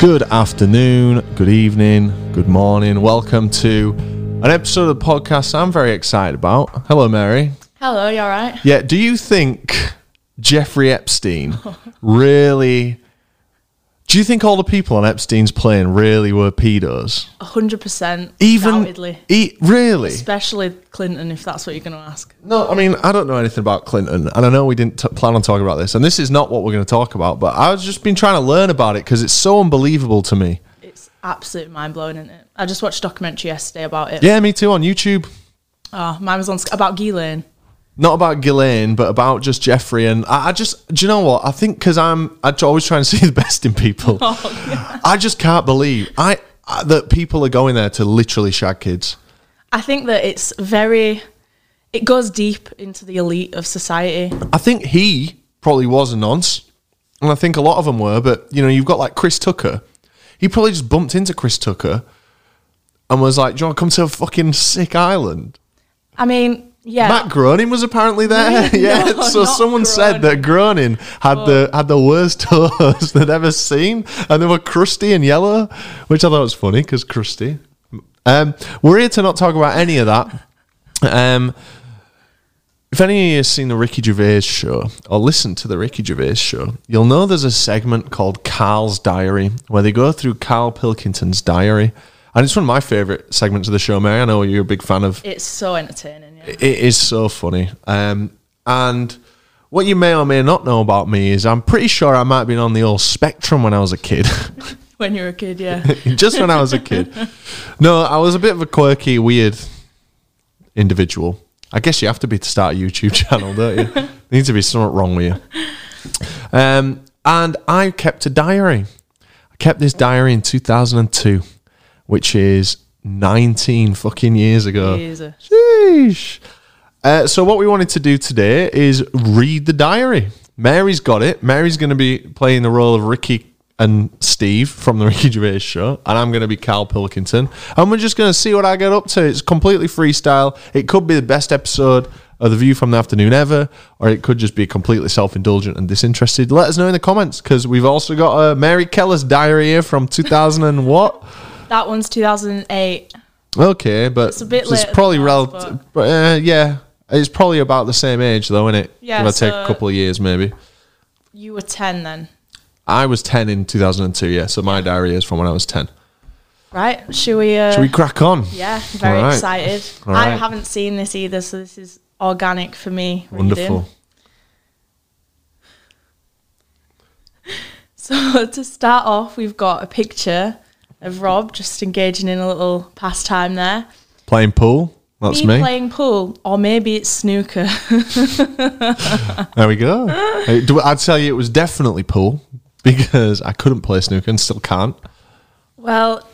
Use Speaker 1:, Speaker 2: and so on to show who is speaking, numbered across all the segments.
Speaker 1: Good afternoon, good evening, good morning. Welcome to an episode of the podcast I'm very excited about. Hello, Mary.
Speaker 2: Hello, you alright?
Speaker 1: Yeah, do you think Jeffrey Epstein really. Do you think all the people on Epstein's plane really were pedos?
Speaker 2: 100%.
Speaker 1: Even.
Speaker 2: Doubtedly.
Speaker 1: E- really?
Speaker 2: Especially Clinton, if that's what you're going to ask.
Speaker 1: No, I mean, I don't know anything about Clinton, and I know we didn't t- plan on talking about this, and this is not what we're going to talk about, but I've just been trying to learn about it because it's so unbelievable to me.
Speaker 2: It's absolutely mind blowing, isn't it? I just watched a documentary yesterday about it.
Speaker 1: Yeah, me too, on YouTube.
Speaker 2: Oh, mine was on Sk- about Ghislaine.
Speaker 1: Not about Ghislaine, but about just Jeffrey. And I, I just, do you know what? I think because I'm, I t- always try and see the best in people. I just can't believe I, I that people are going there to literally shag kids.
Speaker 2: I think that it's very, it goes deep into the elite of society.
Speaker 1: I think he probably was a nonce, and I think a lot of them were. But you know, you've got like Chris Tucker. He probably just bumped into Chris Tucker and was like, "John, come to a fucking sick island."
Speaker 2: I mean, yeah.
Speaker 1: Matt Groening was apparently there. yeah,
Speaker 2: No,
Speaker 1: so
Speaker 2: not Oh.
Speaker 1: someone said that Groening had the had the worst toes they'd ever seen, and they were crusty and yellow, which I thought was funny because crusty. Um, we're here to not talk about any of that. Um, if any of you has seen the Ricky Gervais show or listened to the Ricky Gervais show, you'll know there's a segment called Carl's Diary where they go through Carl Pilkington's diary. And it's one of my favourite segments of the show, Mary. I know you're a big fan of
Speaker 2: it's so entertaining. Yeah.
Speaker 1: it is so funny. Um, and what you may or may not know about me is I'm pretty sure I might have been on the old spectrum when I was a kid.
Speaker 2: When you're a kid, yeah.
Speaker 1: Just when I was a kid. No, I was a bit of a quirky, weird individual. I guess you have to be to start a YouTube channel, don't you? there needs to be something wrong with you. Um, and I kept a diary. I kept this diary in 2002, which is 19 fucking years ago.
Speaker 2: Jesus.
Speaker 1: Sheesh. Uh, so what we wanted to do today is read the diary. Mary's got it. Mary's going to be playing the role of Ricky and Steve from the Ricky Gervais show, and I'm going to be Cal Pilkington, and we're just going to see what I get up to. It's completely freestyle. It could be the best episode of The View from the Afternoon ever, or it could just be completely self-indulgent and disinterested. Let us know in the comments because we've also got uh, Mary Keller's diary here from 2000 and what?
Speaker 2: That one's 2008.
Speaker 1: Okay, but
Speaker 2: It's a bit later than
Speaker 1: probably
Speaker 2: that,
Speaker 1: relative. Uh, yeah, it's probably about the same age though, isn't it?
Speaker 2: Yeah,
Speaker 1: Give or take a
Speaker 2: so-
Speaker 1: couple of years maybe.
Speaker 2: You were 10 then,
Speaker 1: I was ten in two thousand and two. Yeah, so my diary is from when I was ten.
Speaker 2: right? Should we? Uh,
Speaker 1: Should we crack on?
Speaker 2: Yeah, very
Speaker 1: Alright.
Speaker 2: excited. I
Speaker 1: Alright.
Speaker 2: haven't seen this either, so this is organic for me. reading.
Speaker 1: Wonderful.
Speaker 2: So to start off, we've got a picture of Rob just engaging in a little pastime there.
Speaker 1: Playing pool. That's
Speaker 2: me
Speaker 1: me.
Speaker 2: playing pool, or maybe it's snooker.
Speaker 1: There we go. Hey, do- I'd tell you it was definitely pool because I couldn't play snooker and still can't.
Speaker 2: well,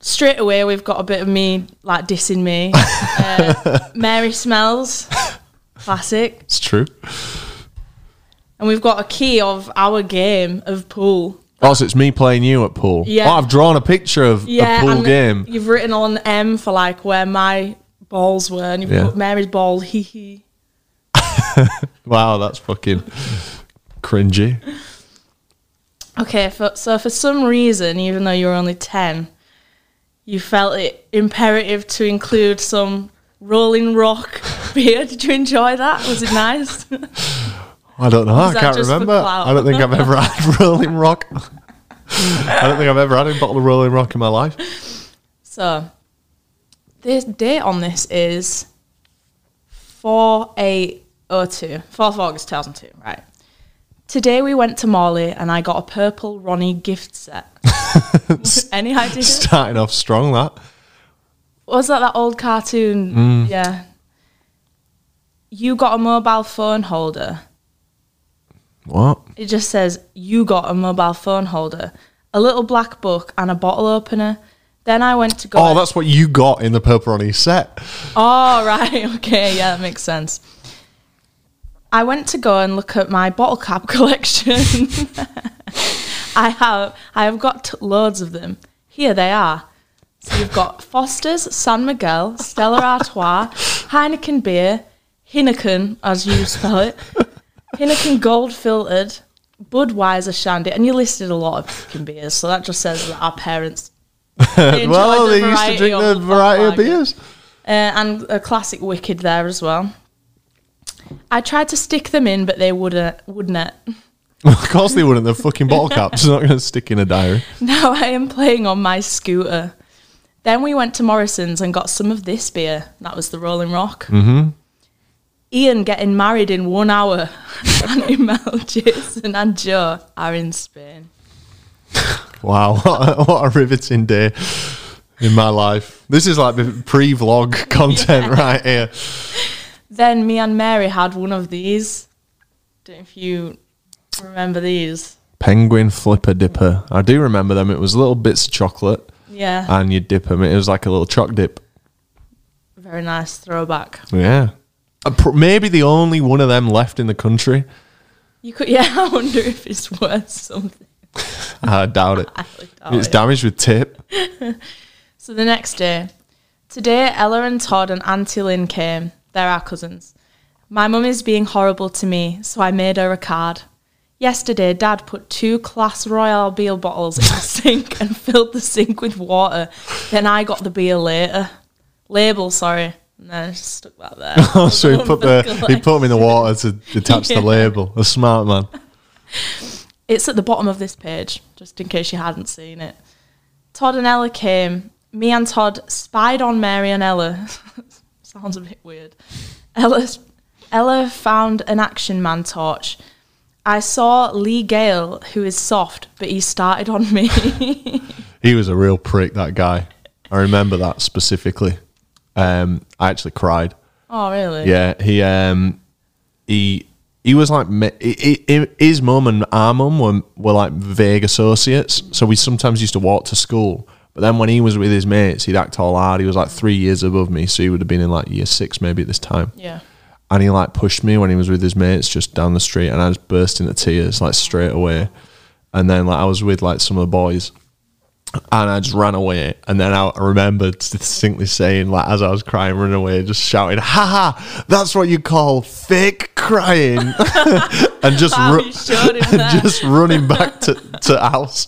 Speaker 2: straight away we've got a bit of me like dissing me. Uh, Mary smells, classic,
Speaker 1: It's true.
Speaker 2: and we've got a key of our game of pool.
Speaker 1: Also, it's me playing you at pool.
Speaker 2: Yeah.
Speaker 1: Oh, I've drawn a picture of
Speaker 2: Yeah,
Speaker 1: a pool
Speaker 2: and
Speaker 1: game.
Speaker 2: You've written on M for like where my balls were, and you've
Speaker 1: Yeah.
Speaker 2: put Mary's ball. Hee hee.
Speaker 1: Wow, that's fucking cringy.
Speaker 2: Okay, for, so for some reason, even though you were only 10, you felt it imperative to include some Rolling Rock beer. Did you enjoy that? Was it nice?
Speaker 1: I don't know. I
Speaker 2: that
Speaker 1: can't
Speaker 2: just for
Speaker 1: remember.
Speaker 2: clout?
Speaker 1: I don't think I've ever had Rolling Rock. I don't think I've ever had a bottle of Rolling Rock in my life.
Speaker 2: so, the date on this is 4802, 4th of August 2002, right? Today we went to Morley and I got a purple Ronnie gift set. Any idea?
Speaker 1: Starting off strong, that.
Speaker 2: was that that old cartoon? Yeah. You got a mobile phone holder.
Speaker 1: What?
Speaker 2: It just says you got a mobile phone holder, a little black book, and a bottle opener. Then I went to go.
Speaker 1: Oh, that's what you got in the Purple Ronnie set.
Speaker 2: Oh, right. Okay. Yeah, that makes sense. I went to go and look at my bottle cap collection. I have I have got t- loads of them. Here they are. So you've got Foster's, San Miguel, Stella Artois, Heineken beer, Heineken as you spell it, Heineken gold filtered, Budweiser, Shandy, and you listed a lot of fucking beers, so that just says that our parents. enjoyed
Speaker 1: well,
Speaker 2: the
Speaker 1: they used to
Speaker 2: variety
Speaker 1: drink
Speaker 2: of
Speaker 1: the
Speaker 2: the
Speaker 1: variety of
Speaker 2: Volkswagen.
Speaker 1: beers.
Speaker 2: Uh, and a classic Wicked there as well. I tried to stick them in, but they wouldn't. Wouldn't it?
Speaker 1: of course they wouldn't. They're fucking bottle caps. They're not going to stick in a diary.
Speaker 2: Now I am playing on my scooter. Then we went to Morrison's and got some of this beer. That was the Rolling Rock. Mm-hmm. Ian getting married in one hour. Auntie Mel, Jason, and Joe are in Spain.
Speaker 1: Wow, what a, what a riveting day in my life. This is like the pre-vlog content right here.
Speaker 2: Then me and Mary had one of these. Don't know if you remember these.
Speaker 1: Penguin flipper dipper. I do remember them. It was little bits of chocolate,
Speaker 2: Yeah,
Speaker 1: and you dip them. It was like a little choc dip.
Speaker 2: very nice throwback.
Speaker 1: Yeah. Uh, pr- Maybe the only one of them left in the country.
Speaker 2: You could, yeah. I wonder if it's worth something.
Speaker 1: I doubt it.
Speaker 2: I highly doubt
Speaker 1: It's
Speaker 2: it.
Speaker 1: damaged with tape.
Speaker 2: So the next day, today Ella and Todd and Auntie Lynn came. They're our cousins. My mum is being horrible to me, so I made her a card. Yesterday, Dad put two Class Royale beer bottles in the sink and filled the sink with water. Then I got the beer later. Label, sorry. And then I just stuck that there.
Speaker 1: Oh, so he put the he put them in the water to detach
Speaker 2: Yeah.
Speaker 1: the label. A smart man.
Speaker 2: It's at the bottom of this page, just in case you hadn't seen it. Todd and Ella came. Me and Todd spied on Mary and Ella. Sounds a bit weird. Ella, Ella found an action man torch. I saw Lee Gale, who is soft, but he started on me.
Speaker 1: He was a real prick. That guy. I remember that specifically. Um, I actually cried.
Speaker 2: oh, really?
Speaker 1: Yeah, he um he he was like ma- he, he, his mum and our mum were were like vague associates, so we sometimes used to walk to school. But then when he was with his mates, he'd act all hard. He was like three years above me, so he would have been in like year six maybe at this time.
Speaker 2: Yeah.
Speaker 1: And he like pushed me when he was with his mates just down the street, and I just burst into tears like straight away. And then like I was with like some of the boys, and I just ran away. And then I I remember distinctly saying, like, as I was crying, running away, just shouting, "Ha ha! That's what you call fake crying!" and just
Speaker 2: Wow,
Speaker 1: ru-
Speaker 2: you showed him
Speaker 1: and
Speaker 2: that.
Speaker 1: just running back to to house.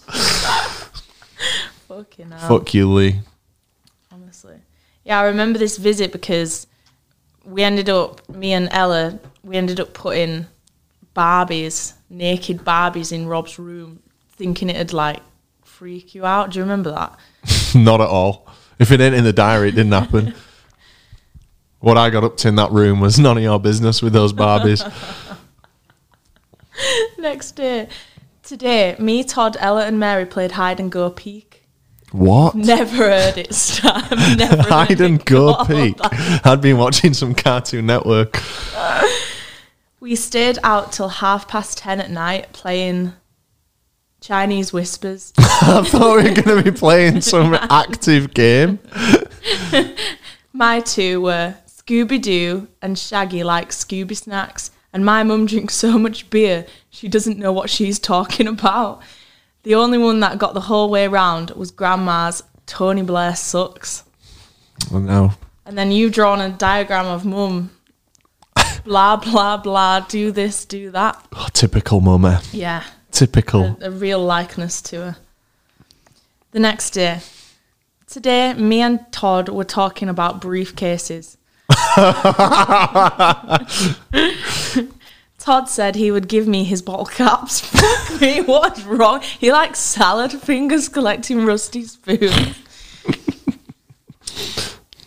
Speaker 2: Fucking hell.
Speaker 1: Fuck you, Lee.
Speaker 2: honestly. Yeah, I remember this visit because we ended up, me and Ella, we ended up putting Barbies, naked Barbies in Rob's room, thinking it'd like freak you out. Do you remember that?
Speaker 1: Not at all. If it ain't in the diary, it didn't happen. what I got up to in that room was none of your business with those Barbies.
Speaker 2: Next day, today, me, Todd, Ella, and Mary played hide and go peek.
Speaker 1: What?
Speaker 2: Never heard it, Stan. Never
Speaker 1: Hide
Speaker 2: heard
Speaker 1: and
Speaker 2: it
Speaker 1: go
Speaker 2: called
Speaker 1: peek.
Speaker 2: that.
Speaker 1: I'd been watching some Cartoon Network.
Speaker 2: We stayed out till half past ten at night playing Chinese whispers.
Speaker 1: I thought we were going to be playing some active game.
Speaker 2: My two were Scooby Doo and Shaggy like Scooby Snacks, and my mum drinks so much beer she doesn't know what she's talking about. The only one that got the whole way round was Grandma's Tony Blair sucks.
Speaker 1: Oh, no.
Speaker 2: And then you've drawn a diagram of mum. blah, blah, blah, do this, do that.
Speaker 1: Oh, typical mama.
Speaker 2: Yeah,
Speaker 1: Typical.
Speaker 2: a real likeness to her. The next day, today, me and Todd were talking about briefcases. Todd said he would give me his bottle caps. Fuck me, what's wrong? He likes salad fingers collecting rusty spoons.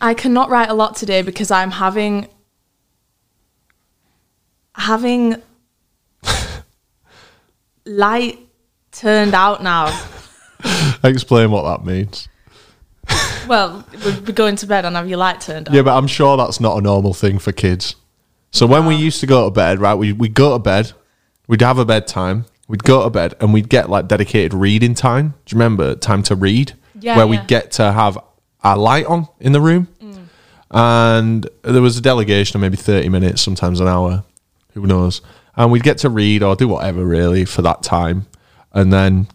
Speaker 2: I cannot write a lot today because I'm having having light turned out now.
Speaker 1: Explain what that means.
Speaker 2: Well, we'd be going to bed and have your light turned on.
Speaker 1: Yeah, but I'm sure that's not a normal thing for kids. So when we used to go to bed, right, we, we'd go to bed, we'd have a bedtime, we'd go to bed, and we'd get like dedicated reading time. Do you remember? Time to read.
Speaker 2: Yeah,
Speaker 1: Where
Speaker 2: yeah. Mm.
Speaker 1: we'd get to have our light on in the room. And there was a delegation of maybe 30 minutes, sometimes an hour, who knows. And we'd get to read or do whatever really for that time. And then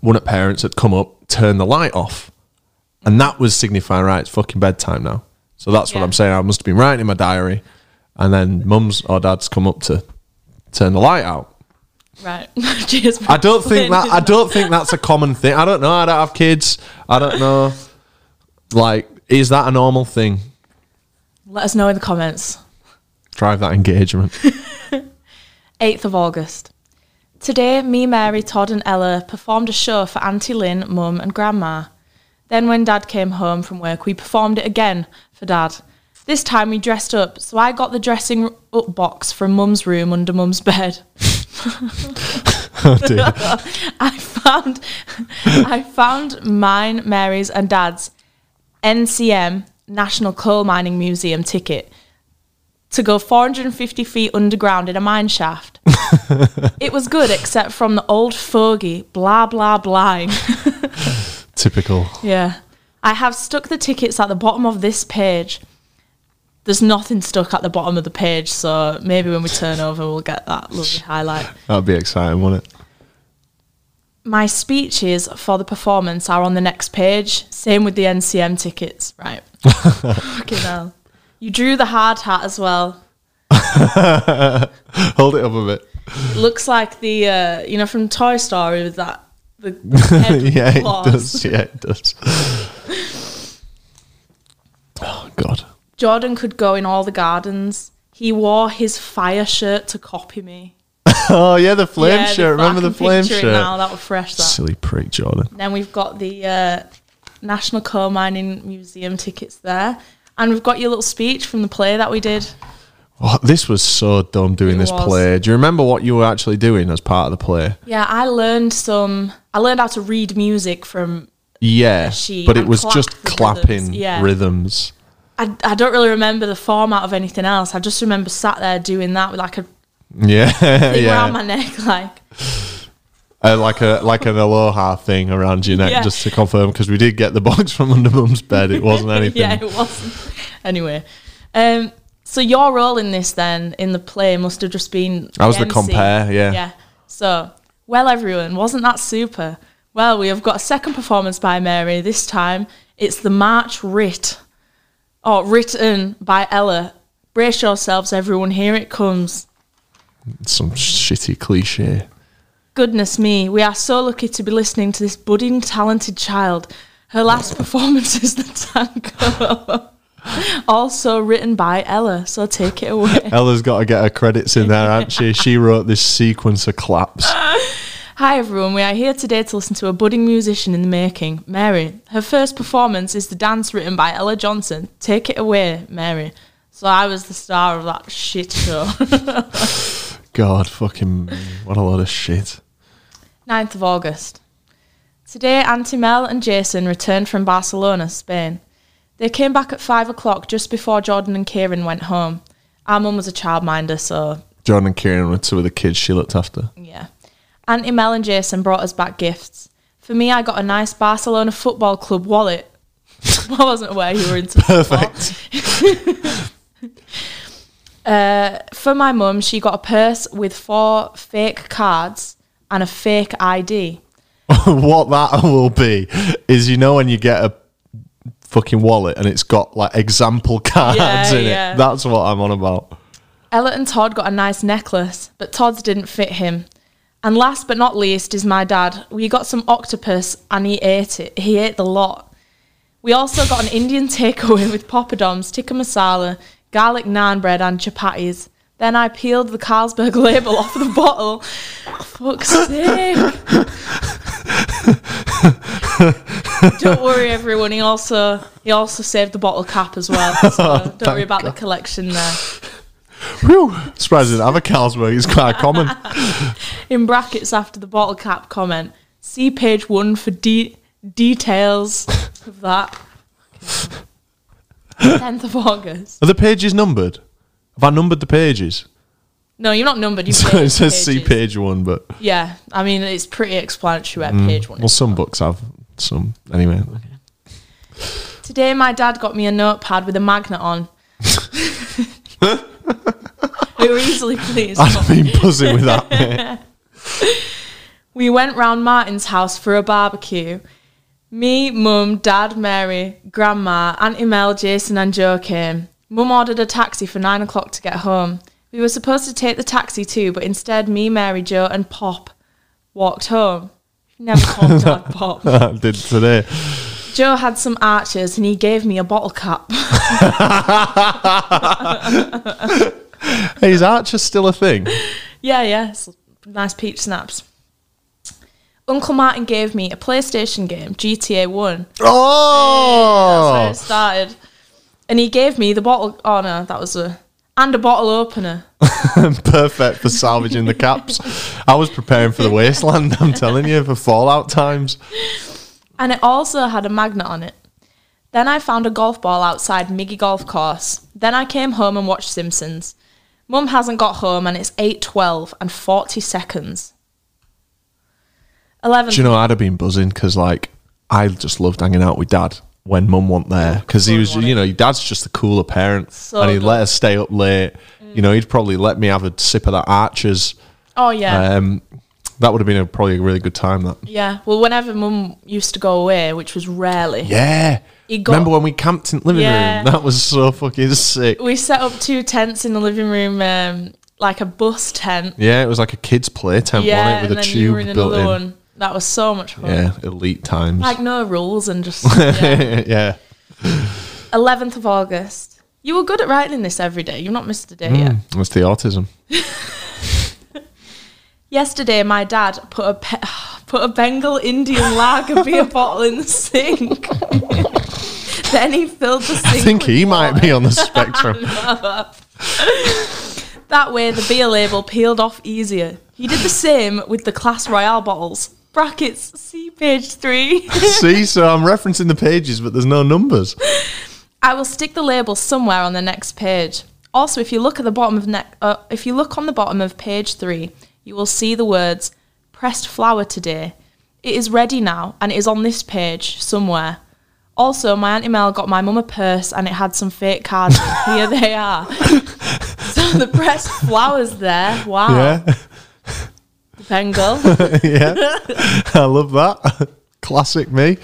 Speaker 1: one of parents had come up, turn the light off. And that was signifying, right, it's fucking bedtime now. So that's
Speaker 2: Yeah.
Speaker 1: what I'm saying. I must have been writing in my diary. And then mum's or dad's come up to turn the light out.
Speaker 2: Right. Cheers. for
Speaker 1: I don't think that. I
Speaker 2: explaining
Speaker 1: don't think that's a common thing. I don't know. I don't have kids. I don't know. Like, is that a normal thing?
Speaker 2: Let us know in the comments.
Speaker 1: Drive that engagement.
Speaker 2: 8th of August. Today, me, Mary, Todd, and Ella performed a show for Auntie Lynn, Mum, and Grandma. Then, when Dad came home from work, we performed it again for Dad. This time, we dressed up, so I got the dressing up box from Mum's room under Mum's bed.
Speaker 1: Oh, dear.
Speaker 2: I found, I found mine, Mary's, and Dad's NCM National Coal Mining Museum ticket to go 450 feet underground in a mine shaft. it was good, except from the old fogey blah blah blah.
Speaker 1: Typical.
Speaker 2: yeah, I have stuck the tickets at the bottom of this page. There's nothing stuck at the bottom of the page, so maybe when we turn over, we'll get that lovely highlight.
Speaker 1: That'd be exciting, wouldn't it?
Speaker 2: my speeches for the performance are on the next page. Same with the NCM tickets, right? Fucking hell. You drew the hard hat as well.
Speaker 1: Hold it up a bit.
Speaker 2: It looks like the uh, you know from Toy Story with that the head with
Speaker 1: yeah, it does.
Speaker 2: claws.
Speaker 1: Yeah, it does. oh God.
Speaker 2: Jordan could go in all the gardens. He wore his fire shirt to copy me.
Speaker 1: Oh yeah, the flame
Speaker 2: Yeah, the-
Speaker 1: shirt. Remember
Speaker 2: I
Speaker 1: the
Speaker 2: can
Speaker 1: flame
Speaker 2: picture it
Speaker 1: shirt?
Speaker 2: Now that was fresh. That.
Speaker 1: Silly prick, Jordan.
Speaker 2: Then we've got the uh, National Coal Mining Museum tickets there, and we've got your little speech from the play that we did.
Speaker 1: Oh, this was so dumb doing
Speaker 2: It
Speaker 1: this
Speaker 2: was.
Speaker 1: play. Do you remember what you were actually doing as part of the play?
Speaker 2: Yeah, I learned some. I learned how to read music from.
Speaker 1: Yeah,
Speaker 2: she-
Speaker 1: but it
Speaker 2: and
Speaker 1: was
Speaker 2: clapped
Speaker 1: just
Speaker 2: the
Speaker 1: clapping
Speaker 2: rhythms, yeah.
Speaker 1: rhythms.
Speaker 2: I, I don't really remember the format of anything else. I just remember sat there doing that with like a
Speaker 1: Yeah,
Speaker 2: thing
Speaker 1: yeah,
Speaker 2: around my neck, like
Speaker 1: Uh, like a like an aloha thing around your neck,
Speaker 2: Yeah.
Speaker 1: just to confirm, because we did get the box from under mum's bed. It wasn't anything.
Speaker 2: yeah, it wasn't. anyway, um, so your role in this then in the play must have just been.
Speaker 1: I was the
Speaker 2: MC.
Speaker 1: compare, yeah.
Speaker 2: Yeah. So, well, everyone, wasn't that super? Well, we have got a second performance by Mary. This time, it's the March Writ, or written by Ella. Brace yourselves, everyone. Here it comes.
Speaker 1: Some shitty cliche.
Speaker 2: Goodness me, we are so lucky to be listening to this budding, talented child. Her last performance is the tango. also written by Ella, so take it away.
Speaker 1: Ella's got to get her credits in there, hasn't she? She wrote this sequence of claps.
Speaker 2: Hi everyone, we are here today to listen to a budding musician in the making, Mary. Her first performance is the dance written by Ella Johnson. Take it away, Mary. So I was the star of that shit show.
Speaker 1: God, fucking, me. what a lot of shit.
Speaker 2: 9th of August. Today, Auntie Mel and Jason returned from Barcelona, Spain. They came back at 5 o'clock just before Jordan and Kieran went home. Our mum was a childminder, so
Speaker 1: John and Kieran were two of the kids she looked after.
Speaker 2: yeah. Auntie Mel and Jason brought us back gifts. For me, I got a nice Barcelona Football Club wallet. I wasn't aware you were into
Speaker 1: Perfect.
Speaker 2: Uh, for my mum, she got a purse with four fake cards and a fake ID.
Speaker 1: what that will be is you know when you get a fucking wallet and it's got like example cards
Speaker 2: Yeah,
Speaker 1: in
Speaker 2: yeah.
Speaker 1: it. That's what I'm on about.
Speaker 2: Ella and Todd got a nice necklace, but Todd's didn't fit him. And last but not least is my dad. We got some octopus and he ate it. He ate the lot. We also got an Indian takeaway with poppadoms, tikka masala, garlic naan bread, and chapatis. Then I peeled the Carlsberg label off the bottle. Fuck's sake. don't worry, everyone. He also he also saved the bottle cap as well. So don't worry about the collection there.
Speaker 1: Whew. Surprised didn't have a Carlsberg. It's quite common.
Speaker 2: in brackets after the bottle cap comment. See page one for de- details of that. Tenth of August.
Speaker 1: Are the pages numbered? Have I numbered the pages?
Speaker 2: No, you're not numbered. You
Speaker 1: So it says see page one, but
Speaker 2: Yeah, I mean it's pretty explanatory where page one.
Speaker 1: well,
Speaker 2: Is.
Speaker 1: some books have some. Anyway,
Speaker 2: Today, my dad got me a notepad with a magnet on. we were easily pleased.
Speaker 1: I'd have been buzzing with that. mate.
Speaker 2: We went round Martin's house for a barbecue. Me, Mum, Dad, Mary, Grandma, Auntie Mel, Jason, and Joe came. Mum ordered a taxi for nine o'clock to get home. We were supposed to take the taxi too, but instead, me, Mary Jo, and Pop walked home. She never called Dad Pop.
Speaker 1: I did today.
Speaker 2: Joe had some archers and he gave me a bottle cap.
Speaker 1: Hey, is Archer still a thing?
Speaker 2: yeah, yeah, s- nice peach snaps. Uncle Martin gave me a PlayStation game, GTA 1. That's where
Speaker 1: Oh,
Speaker 2: it started. And he gave me the bottle. Oh no, that was a. And a bottle opener.
Speaker 1: perfect for salvaging the caps. I was preparing for the wasteland. I'm telling you, for Fallout times.
Speaker 2: And it also had a magnet on it. Then I found a golf ball outside Miggy Golf Course. Then I came home and watched Simpsons. Mum hasn't got home and it's 8.12 and 40 seconds. 11.
Speaker 1: Do you know I'd have been buzzing because like I just loved hanging out with dad when mum wasn't there because he was you know your dad's just the cooler parent
Speaker 2: So
Speaker 1: and he'd let
Speaker 2: good. Mm.
Speaker 1: us stay up late. You know he'd probably let me have a sip of that Archers.
Speaker 2: oh yeah.
Speaker 1: Um, that would have been a, probably a really good time. That
Speaker 2: Yeah. Well, whenever Mum used to go away, which was rarely,
Speaker 1: yeah.
Speaker 2: He got-
Speaker 1: Remember when we camped in the living
Speaker 2: Yeah.
Speaker 1: room? That was so fucking sick.
Speaker 2: we set up two tents in the living room, um, like a bus tent.
Speaker 1: Yeah, it was like a kids' play tent
Speaker 2: Yeah,
Speaker 1: wasn't it,
Speaker 2: and
Speaker 1: with a
Speaker 2: then
Speaker 1: tube
Speaker 2: you were in
Speaker 1: built
Speaker 2: another
Speaker 1: in.
Speaker 2: one. That was so much fun.
Speaker 1: Yeah, elite times.
Speaker 2: Like no rules and just yeah.
Speaker 1: yeah.
Speaker 2: 11th of August. You were good at writing this every day. You've not missed a day yet.
Speaker 1: That's the autism.
Speaker 2: Yesterday, my dad put a pe- put a Bengal Indian lager beer bottle in the sink. then he filled the sink.
Speaker 1: I think
Speaker 2: with
Speaker 1: he might be on the spectrum.
Speaker 2: That way, the beer label peeled off easier. He did the same with the Class Royale bottles. Brackets, see page three.
Speaker 1: See, so I'm referencing the pages, but there's no numbers.
Speaker 2: I will stick the label somewhere on the next page. Also, if you look at the bottom of ne- uh, if you look on the bottom of page three, you will see the words "pressed flour today." It is ready now, and it is on this page somewhere. Also, my auntie Mel got my mum a purse, and it had some fake cards. Here they are. So the pressed flour's there. Wow,
Speaker 1: Yeah,
Speaker 2: the Bengal.
Speaker 1: yeah. I love that. Classic me.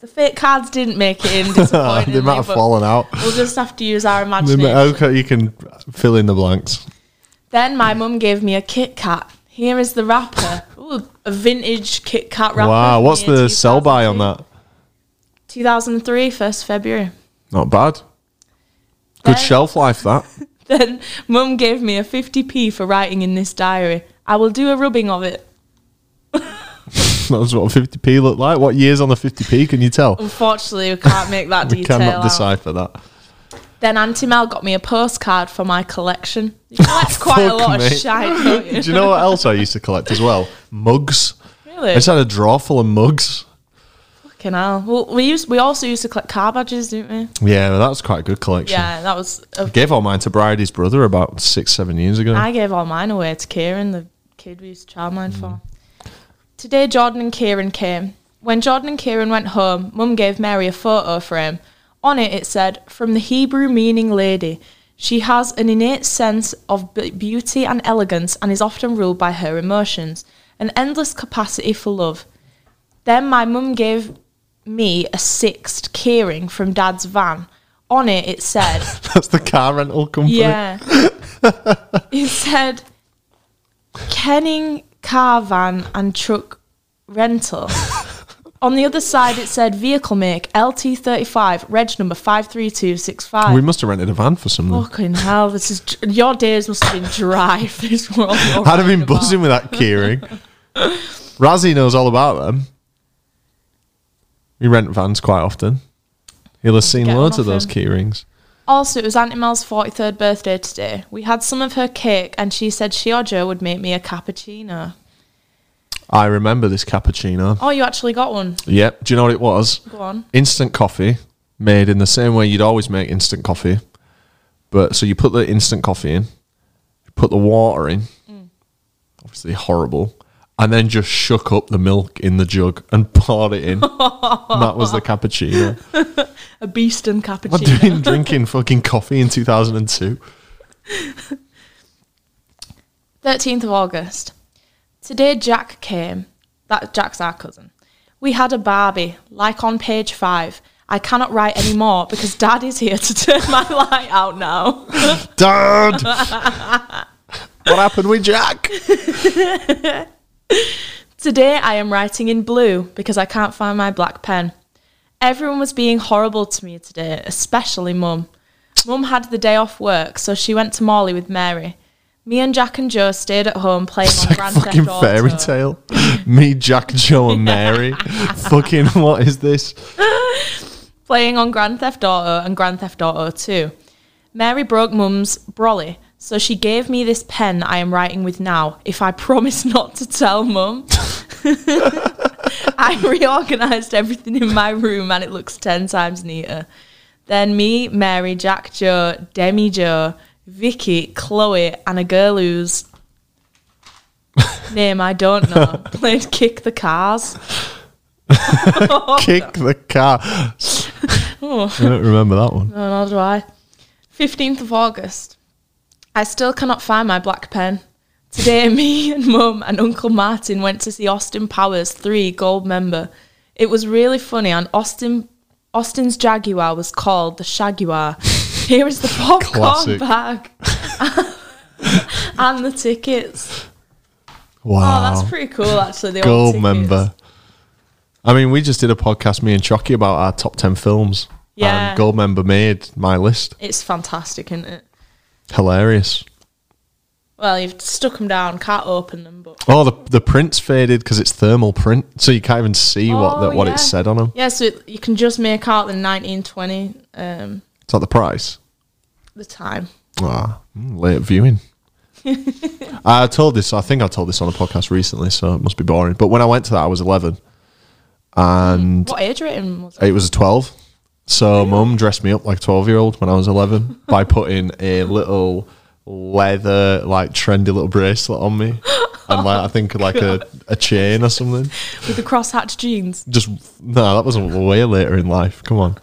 Speaker 2: The fake cards didn't make it in.
Speaker 1: they
Speaker 2: Disappointingly,
Speaker 1: might have
Speaker 2: but
Speaker 1: fallen out.
Speaker 2: We'll just have to use our
Speaker 1: They
Speaker 2: imagination.
Speaker 1: might- okay, you can fill in the blanks.
Speaker 2: Then my mum gave me a Kit Kat. Here is the wrapper. Ooh, a vintage Kit Kat wrapper.
Speaker 1: wow,
Speaker 2: from
Speaker 1: what's
Speaker 2: year
Speaker 1: the sell by on
Speaker 2: 2003.
Speaker 1: that?
Speaker 2: 2003, 1st February.
Speaker 1: Not bad. Good
Speaker 2: Then-
Speaker 1: shelf life, that.
Speaker 2: Then mum gave me a 50p for writing in this diary. I will do a rubbing of it.
Speaker 1: That was what 50p looked like. What year's on the 50p? Can you tell?
Speaker 2: Unfortunately, we can't make that
Speaker 1: We
Speaker 2: detail.
Speaker 1: cannot
Speaker 2: out.
Speaker 1: decipher that.
Speaker 2: Then Auntie Mel got me a postcard for my collection. You collect quite a
Speaker 1: Fuck
Speaker 2: lot
Speaker 1: me.
Speaker 2: of shite, don't you?
Speaker 1: Do you know what else I used to collect as well? Mugs. I
Speaker 2: Really?
Speaker 1: just had a drawer full of mugs.
Speaker 2: Fucking hell. Well, we, used, we also used to collect car badges, didn't we?
Speaker 1: Yeah, well, that's quite a good collection.
Speaker 2: Yeah, that was a
Speaker 1: I gave all mine to Bridie's brother about six, seven years ago.
Speaker 2: I gave all mine away to Kieran, the kid we used to childmind for. Today, Jordan and Kieran came. When Jordan and Kieran went home, Mum gave Mary a photo frame. On it, it said, "From the Hebrew meaning lady." She has an innate sense of b- beauty and elegance and is often ruled by her emotions, an endless capacity for love. Then my mum gave me a sixth keyring from dad's van. On it, it said,
Speaker 1: That's the car rental company.
Speaker 2: yeah. it said Kenning car van and truck rental. On the other side, it said vehicle make LT35, reg number
Speaker 1: We
Speaker 2: 532655.
Speaker 1: must have rented a van for something.
Speaker 2: Fucking hell, this is. dr- Your days must have been dry if this Oh were all you're
Speaker 1: I'd have been
Speaker 2: writing about.
Speaker 1: buzzing with that keyring. Razzie knows all about them. We rent vans quite often. He'll have seen
Speaker 2: Get
Speaker 1: loads
Speaker 2: one
Speaker 1: of those
Speaker 2: off
Speaker 1: key rings.
Speaker 2: Also, it was Auntie Mel's 43rd birthday today. We had some of her cake, and she said she or Joe would make me a cappuccino.
Speaker 1: I remember this cappuccino.
Speaker 2: Oh, you actually got one.
Speaker 1: Yep. Do you know what it was?
Speaker 2: Go on.
Speaker 1: instant coffee made in the same way you'd always make instant coffee. But so you put the instant coffee in, you put the water in, obviously horrible, and then just shook up the milk in the jug and poured it in. And that was the cappuccino.
Speaker 2: A Beeston
Speaker 1: I've
Speaker 2: cappuccino.
Speaker 1: been drinking fucking coffee in 2002.
Speaker 2: 13th of August. Today Jack came. That Jack's our cousin. We had a Barbie, like on page five, I cannot write anymore because Dad is here to turn my light out now.
Speaker 1: Dad! what happened with Jack?
Speaker 2: Today I am writing in blue because I can't find my black pen. Everyone was being horrible to me today, especially Mum. Mum had the day off work, so she went to Morley with Mary. Me and Jack and Joe stayed at home playing
Speaker 1: It's
Speaker 2: on
Speaker 1: like a
Speaker 2: Grand
Speaker 1: fucking
Speaker 2: Theft Auto.
Speaker 1: fairy tale. Me, Jack, Joe, and Mary. fucking what is this?
Speaker 2: playing on Grand Theft Auto and Grand Theft Auto 2. Mary broke mum's brolly, so she gave me this pen I am writing with now if I promise not to tell mum. I reorganised everything in my room and it looks 10 times neater. Then me, Mary, Jack Joe, Demi Joe, Vicky, Chloe, and a girl whose name I don't know played Kick the Cars.
Speaker 1: Kick the car.
Speaker 2: Oh.
Speaker 1: I don't remember that one.
Speaker 2: No, nor do I. 15th of August. I still cannot find my black pen. Today, me and Mum and Uncle Martin went to see Austin Powers 3 Gold Member. It was really funny, and Austin Austin's Jaguar was called the Shaguar. Here is the popcorn
Speaker 1: Classic.
Speaker 2: bag and the tickets. Oh,
Speaker 1: Wow.
Speaker 2: that's pretty cool, actually. The old
Speaker 1: Gold
Speaker 2: tickets.
Speaker 1: member. I mean, we just did a podcast, me and Chucky, about our top 10 films.
Speaker 2: Yeah.
Speaker 1: And Gold member made my list.
Speaker 2: It's fantastic, isn't it?
Speaker 1: Hilarious.
Speaker 2: Well, you've stuck them down, can't open them, but
Speaker 1: Oh, the the print's faded because it's thermal print, so you can't even see what
Speaker 2: Oh,
Speaker 1: the, what
Speaker 2: yeah.
Speaker 1: it said on them.
Speaker 2: Yeah, so it, you can just make out the 1920 um,
Speaker 1: Is that the price?
Speaker 2: the time.
Speaker 1: Ah, mm, late viewing. I told this. I think I told this on a podcast recently, so it must be boring. But when I went to that, I was eleven.
Speaker 2: What age rating was it?
Speaker 1: It was a twelve. So mum dressed me up like a twelve-year-old when I was eleven by putting a little leather, like trendy little bracelet on me, and like I think like a, a chain or something.
Speaker 2: With the crosshatch jeans.
Speaker 1: Just no, that wasn't way later in life. Come on.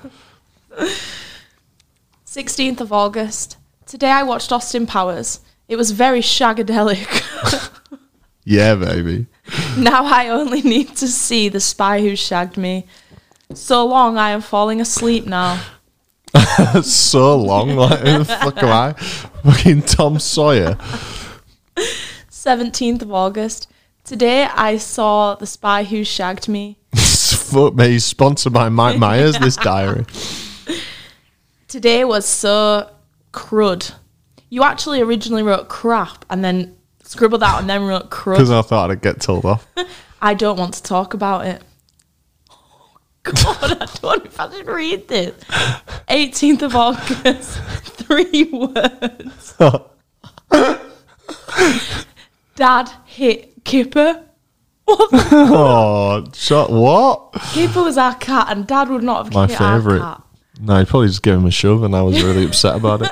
Speaker 2: 16th of August. Today I watched Austin Powers. It was very shagadelic.
Speaker 1: Yeah, baby.
Speaker 2: now I only need to see the spy who shagged me. So long, I am falling asleep now.
Speaker 1: so long. Like, who the fuck am I? Fucking Tom Sawyer.
Speaker 2: 17th of August. Today I saw the spy who shagged me.
Speaker 1: fuck me. He's sponsored by Mike Myers, this diary.
Speaker 2: Today was so crud. You actually originally wrote crap and then scribbled out and then wrote crud.
Speaker 1: Because I thought I'd get told off.
Speaker 2: I don't want to talk about it. God, I don't know if I should read this. 18th of August, three words. Dad hit Kipper. What the-
Speaker 1: Oh, shut what?
Speaker 2: Kipper was our cat, and Dad would not have
Speaker 1: My
Speaker 2: hit our
Speaker 1: favourite.
Speaker 2: cat.
Speaker 1: No, he probably just gave him a shove and I was really upset about it.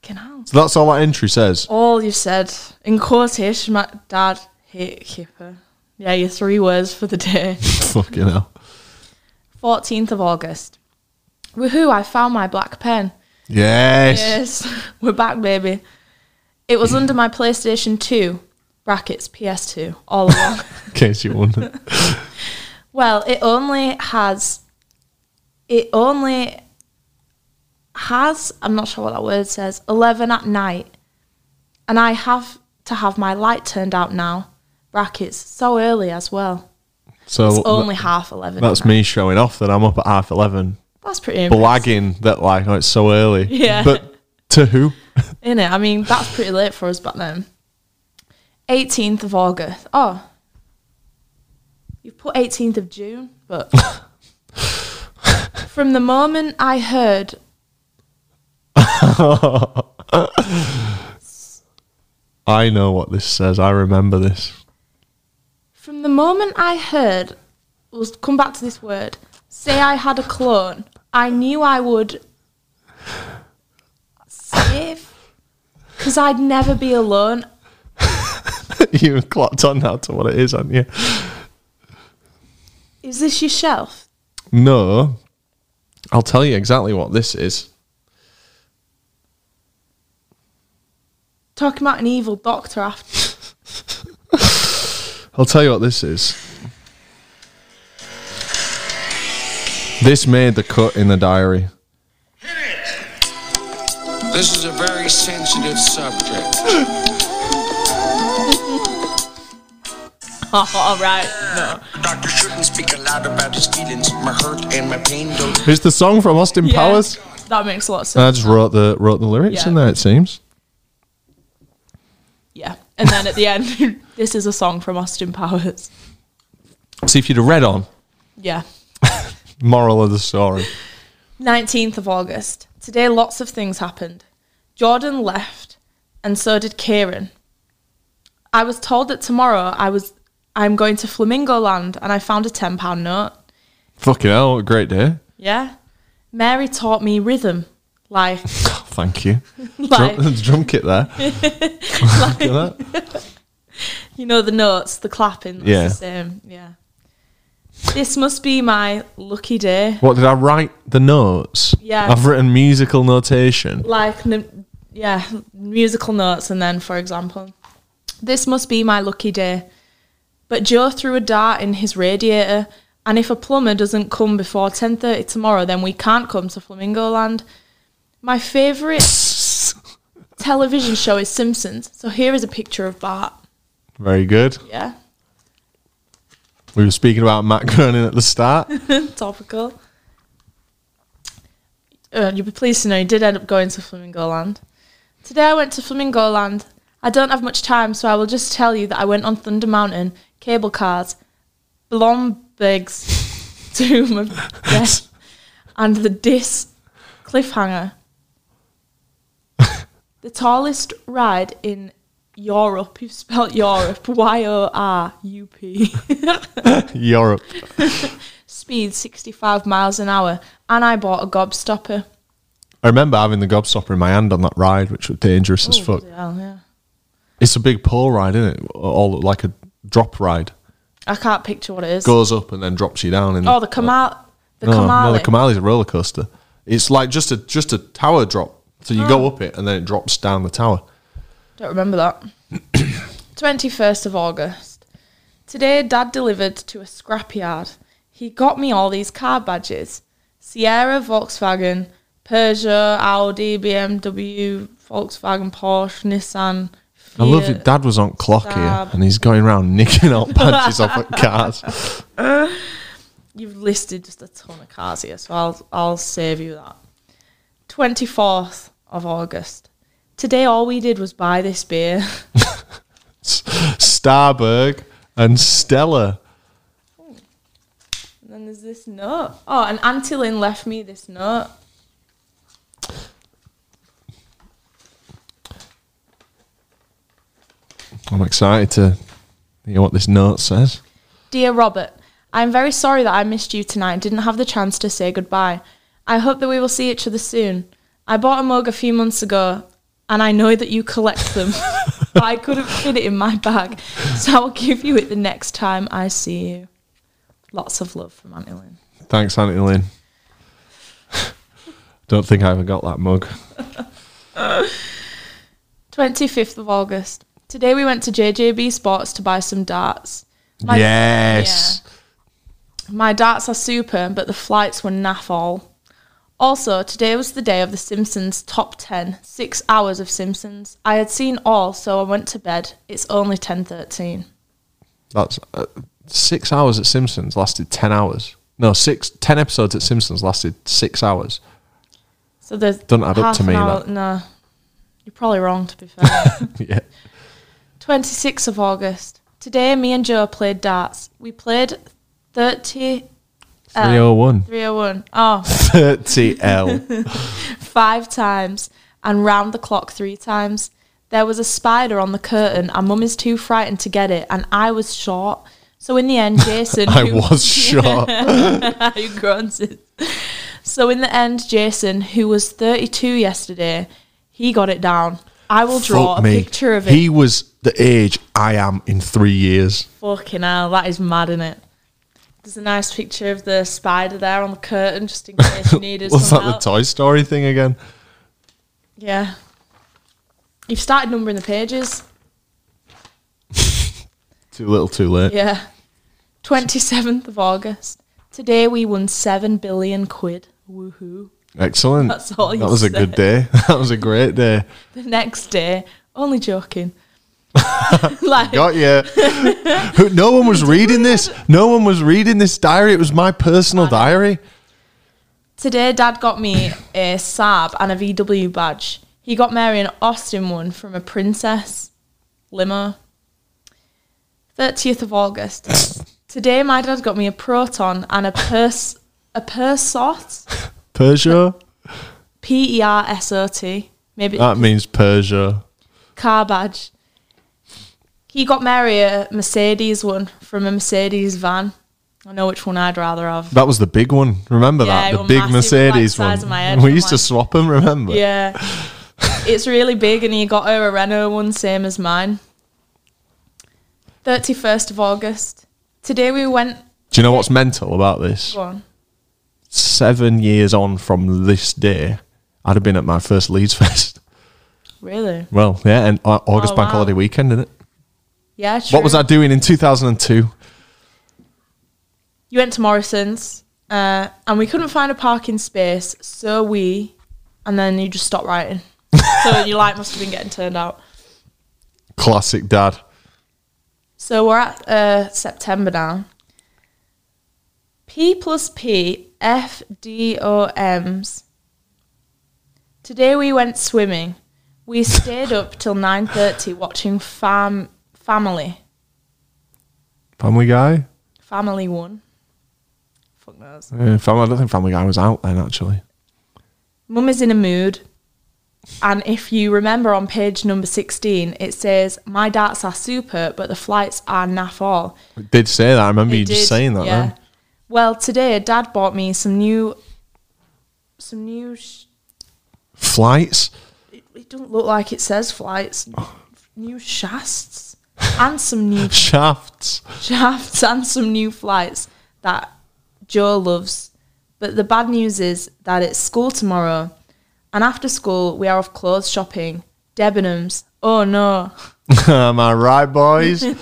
Speaker 2: Fucking hell.
Speaker 1: So that's all that entry says.
Speaker 2: All you said in quotation, my Dad hit Kipper. Yeah, your three words for the day.
Speaker 1: Fucking hell.
Speaker 2: 14th of August. Woohoo, I found my black pen.
Speaker 1: Yes.
Speaker 2: Yes, we're back, baby. It was under my PlayStation 2, brackets PS2, all along.
Speaker 1: In case you wondered.
Speaker 2: well, it only has. It only has, I'm not sure what that word says, 11 at night. And I have to have my light turned out now, brackets, so early as well.
Speaker 1: So
Speaker 2: It's
Speaker 1: th-
Speaker 2: only half 11.
Speaker 1: Oh, that's me showing off that I'm up at half 11,
Speaker 2: That's pretty impressive.
Speaker 1: blagging that, like, oh, it's so early.
Speaker 2: Yeah.
Speaker 1: But to who?
Speaker 2: Isn't it? I mean, that's pretty late for us back then. 18th of August. Oh. You've put 18th of June, but. From the moment I heard.
Speaker 1: I know what this says. I remember this.
Speaker 2: From the moment I heard. We'll come back to this word. Say I had a clone. I knew I would. Save. Because I'd never be alone.
Speaker 1: you clocked on now to what it is, aren't you?
Speaker 2: Is this your shelf?
Speaker 1: No, I'll tell you exactly what this is.
Speaker 2: Talking about an evil doctor after.
Speaker 1: I'll tell you what this is. This made the cut in the diary.
Speaker 3: This is a very sensitive subject.
Speaker 2: All right.
Speaker 3: A doctor shouldn't speak aloud about his feelings. My hurt and my pain don't.
Speaker 1: It's the song from Austin
Speaker 2: Yeah.
Speaker 1: Powers. Uh.
Speaker 2: That makes a lot of sense.
Speaker 1: I just wrote the wrote the lyrics
Speaker 2: Yeah.
Speaker 1: in there. It seems.
Speaker 2: yeah. And then at the end, this is a song from Austin Powers.
Speaker 1: See if you'd have read on.
Speaker 2: Yeah.
Speaker 1: Moral of the story.
Speaker 2: 19th of August. Today, lots of things happened. Jordan left, and so did Kieran. I was told that tomorrow I was I'm going to Flamingo Land, and I found a ten pound note.
Speaker 1: Fucking hell, what a great day.
Speaker 2: Yeah, Mary taught me rhythm, like
Speaker 1: Thank you.
Speaker 2: like
Speaker 1: Drum, drum kit there. Look at that.
Speaker 2: you know the notes, the clapping. That's
Speaker 1: Yeah.
Speaker 2: the same. Yeah. This must be my lucky day.
Speaker 1: What did I write? The notes.
Speaker 2: Yeah.
Speaker 1: I've written musical notation.
Speaker 2: like n- yeah musical notes and then for example this must be my lucky day but joe threw a dart in his radiator and if a plumber doesn't come before 10.30 tomorrow then we can't come to flamingo land my favourite television show is simpsons so here is a picture of bart
Speaker 1: Very good.
Speaker 2: yeah
Speaker 1: We were speaking about Matt Groening at the start.
Speaker 2: topical uh, you'll be pleased to know he did end up going to Flamingo Land. Today I went to Flamingo Land. I don't have much time, so I will just tell you that I went on Thunder Mountain, cable cars, Blomberg's Tomb of Death, and the Dis Cliffhanger. the tallest ride in Europe, you've spelt Europe, Y O R U P.
Speaker 1: Europe.
Speaker 2: Speed 65 miles an hour, and I bought a gobstopper.
Speaker 1: I remember having the gobstopper in my hand on that ride, which was dangerous as fuck.
Speaker 2: Bloody hell, Oh, yeah.
Speaker 1: It's a big pole ride, isn't it? All like a drop ride.
Speaker 2: I can't picture what it is.
Speaker 1: Goes up and then drops you down. In Oh,
Speaker 2: oh, the Kamal. The
Speaker 1: no,
Speaker 2: Kamali.
Speaker 1: no, the Kamali's a roller coaster. It's like just a just a tower drop. So you
Speaker 2: Oh.
Speaker 1: go up it and then it drops down the tower.
Speaker 2: Don't remember that. 21st of August. Today, Dad delivered to a scrapyard. He got me all these car badges Sierra, Volkswagen, Peugeot, Audi, BMW, Volkswagen, Porsche, Nissan.
Speaker 1: I love
Speaker 2: Fiat.
Speaker 1: it. Dad was on clock here
Speaker 2: Stab.
Speaker 1: and he's going around nicking out badges off at cars.
Speaker 2: You've listed just a ton of cars here, so I'll I'll save you that. Twenty fourth of August. Today, all we did was buy this beer.
Speaker 1: Starberg and Stella.
Speaker 2: and then there's this note. Oh, and Auntie Lynn left me this note.
Speaker 1: I'm excited to hear what this note says.
Speaker 2: Dear Robert, I am very sorry that I missed you tonight and didn't have the chance to say goodbye. I hope that we will see each other soon. I bought a mug a few months ago, and I know that you collect them, but I couldn't fit it in my bag, so I will give you it the next time I see you. Lots of love from Auntie Lynn.
Speaker 1: Thanks, Auntie Lynn. Don't think I ever got that mug.
Speaker 2: 25th of August. Today we went to JJB Sports to buy some darts. My-
Speaker 1: yes.
Speaker 2: My darts are super, but the flights were naff all. Also, today was the day of The Simpsons top 10, 6 hours of Simpsons. I had seen all, so I went to bed. It's only 10.13.
Speaker 1: That's uh, six hours at Simpsons lasted 10 hours. No, six, 10 episodes at Simpsons lasted six hours.
Speaker 2: So there's
Speaker 1: Doesn't add up
Speaker 2: half
Speaker 1: to
Speaker 2: an
Speaker 1: me,
Speaker 2: hour-
Speaker 1: that.
Speaker 2: No. You're probably wrong, to be fair.
Speaker 1: yeah.
Speaker 2: 26th of August. Today, me and Joe played darts. We played 30... uh,
Speaker 1: 301.
Speaker 2: 301. Oh,
Speaker 1: 30L.
Speaker 2: five times and round the clock three times. There was a spider on the curtain, and Mum is too frightened to get it, and I was short. So in the end, Jason,
Speaker 1: I
Speaker 2: who-
Speaker 1: was sure.
Speaker 2: you grunted. So in the end, Jason, who was 32 yesterday, he got it down. I will draw
Speaker 1: Fuck
Speaker 2: a
Speaker 1: me.
Speaker 2: picture of it.
Speaker 1: He was the age I am in three years.
Speaker 2: Fucking hell, that is mad, is it? There's a nice picture of the spider there on the curtain, just in case you needed
Speaker 1: Was
Speaker 2: some
Speaker 1: that the
Speaker 2: help.
Speaker 1: Toy Story thing again?
Speaker 2: Yeah. You've started numbering the pages.
Speaker 1: Too little, too late.
Speaker 2: Yeah. 27th of August. Today we won seven billion quid. Woohoo.
Speaker 1: Excellent.
Speaker 2: That's all you
Speaker 1: That was a good
Speaker 2: said.
Speaker 1: day. That was a great day.
Speaker 2: The next day, only joking. like
Speaker 1: Got you. Who- no one was reading this. No one was reading this diary. It was my personal diary.
Speaker 2: Today, Dad got me a Saab and a VW badge. He got Mary an Austin one from a princess limo. 30th of August. Today, my dad got me a Proton and a Pers a Persot,
Speaker 1: Peugeot.
Speaker 2: P E R S O T, maybe
Speaker 1: That means Peugeot.
Speaker 2: car badge. He got Mary a Mercedes one from a Mercedes van. I know which one I'd rather have.
Speaker 1: That was the big one. Remember
Speaker 2: Yeah,
Speaker 1: that?
Speaker 2: it
Speaker 1: The
Speaker 2: was
Speaker 1: big
Speaker 2: massive,
Speaker 1: Mercedes
Speaker 2: like, size of my head.
Speaker 1: one. We
Speaker 2: I'm
Speaker 1: used to
Speaker 2: like-
Speaker 1: swap them, remember?
Speaker 2: Yeah. it's really big, and he got her a Renault one, same as mine. 31st of August. Today we went
Speaker 1: Do you know what's mental about this?
Speaker 2: go on.
Speaker 1: Seven years on from this day, I'd have been at my first Leeds Fest.
Speaker 2: Really?
Speaker 1: Well, yeah, and uh, August
Speaker 2: Oh,
Speaker 1: Bank
Speaker 2: wow.
Speaker 1: Holiday weekend, isn't it?
Speaker 2: Yeah, true.
Speaker 1: What was I doing in 2002?
Speaker 2: You went to Morrison's, uh, and we couldn't find a parking space, so we, and then you just stopped writing. so your light must have been getting turned out.
Speaker 1: Classic dad.
Speaker 2: So we're at uh, September now. P plus P F D O M's. Today we went swimming. We stayed up till nine thirty watching Fam Family
Speaker 1: Family Guy?
Speaker 2: Family One. Fuck knows.
Speaker 1: Uh, fam- I don't think Family Guy was out then, actually.
Speaker 2: Mum is in a mood. And if you remember on page number 16, it says, My darts are super, but the flights are naff all.
Speaker 1: It did say that. I remember
Speaker 2: It
Speaker 1: you
Speaker 2: did,
Speaker 1: just saying that
Speaker 2: yeah.
Speaker 1: then.
Speaker 2: Well, today Dad bought me some new, some new. Sh-
Speaker 1: Flights?
Speaker 2: it, it don't look like it says flights. new shafts and some new
Speaker 1: Shafts?
Speaker 2: shafts and some new flights that Joe loves. But the bad news is that it's school tomorrow, and after school we are off clothes shopping. Debenhams. Oh no!
Speaker 1: Am I right, boys?
Speaker 2: You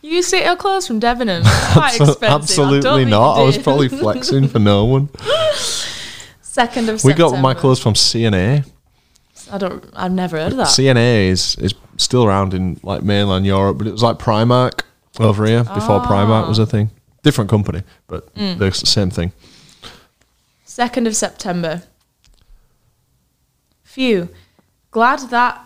Speaker 2: used to get your clothes from Debenhams. It's Quite
Speaker 1: So-
Speaker 2: expensive. I don't think
Speaker 1: absolutely
Speaker 2: you
Speaker 1: not. I was
Speaker 2: did.
Speaker 1: probably flexing for no one.
Speaker 2: second of
Speaker 1: We got my
Speaker 2: September.
Speaker 1: clothes from CNA.
Speaker 2: I don't. I've never heard of that.
Speaker 1: CNA is is still around in like mainland Europe, but it was like Primark over here before
Speaker 2: Ah.
Speaker 1: Primark was a thing. Different company, but
Speaker 2: Mm.
Speaker 1: the s- same thing.
Speaker 2: 2nd of September. Phew. Glad that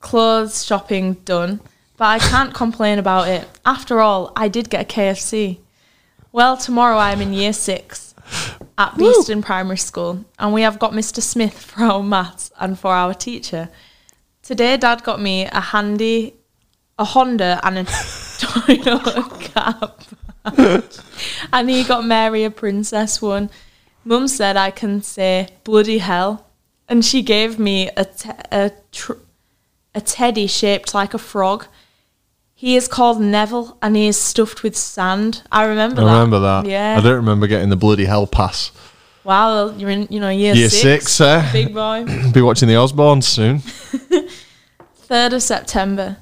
Speaker 2: clothes shopping done, but I can't complain about it. After all, I did get a KFC. Well, tomorrow I'm in year six at Beeston Primary School, and we have got Mr. Smith for our maths and for our teacher. Today, Dad got me a handy, a Honda and a Toyota cab. and he got Mary a princess one. Mum said I can say bloody hell, and she gave me a te- a, tr- a teddy shaped like a frog. He is called Neville, and he is stuffed with sand. I remember.
Speaker 1: I
Speaker 2: that.
Speaker 1: remember that.
Speaker 2: Yeah.
Speaker 1: I don't remember getting the bloody hell pass.
Speaker 2: Wow, well, you're in, you know, year,
Speaker 1: Year
Speaker 2: six.
Speaker 1: six, eh?
Speaker 2: Big boy.
Speaker 1: Be watching the Osbournes soon.
Speaker 2: 3rd of September.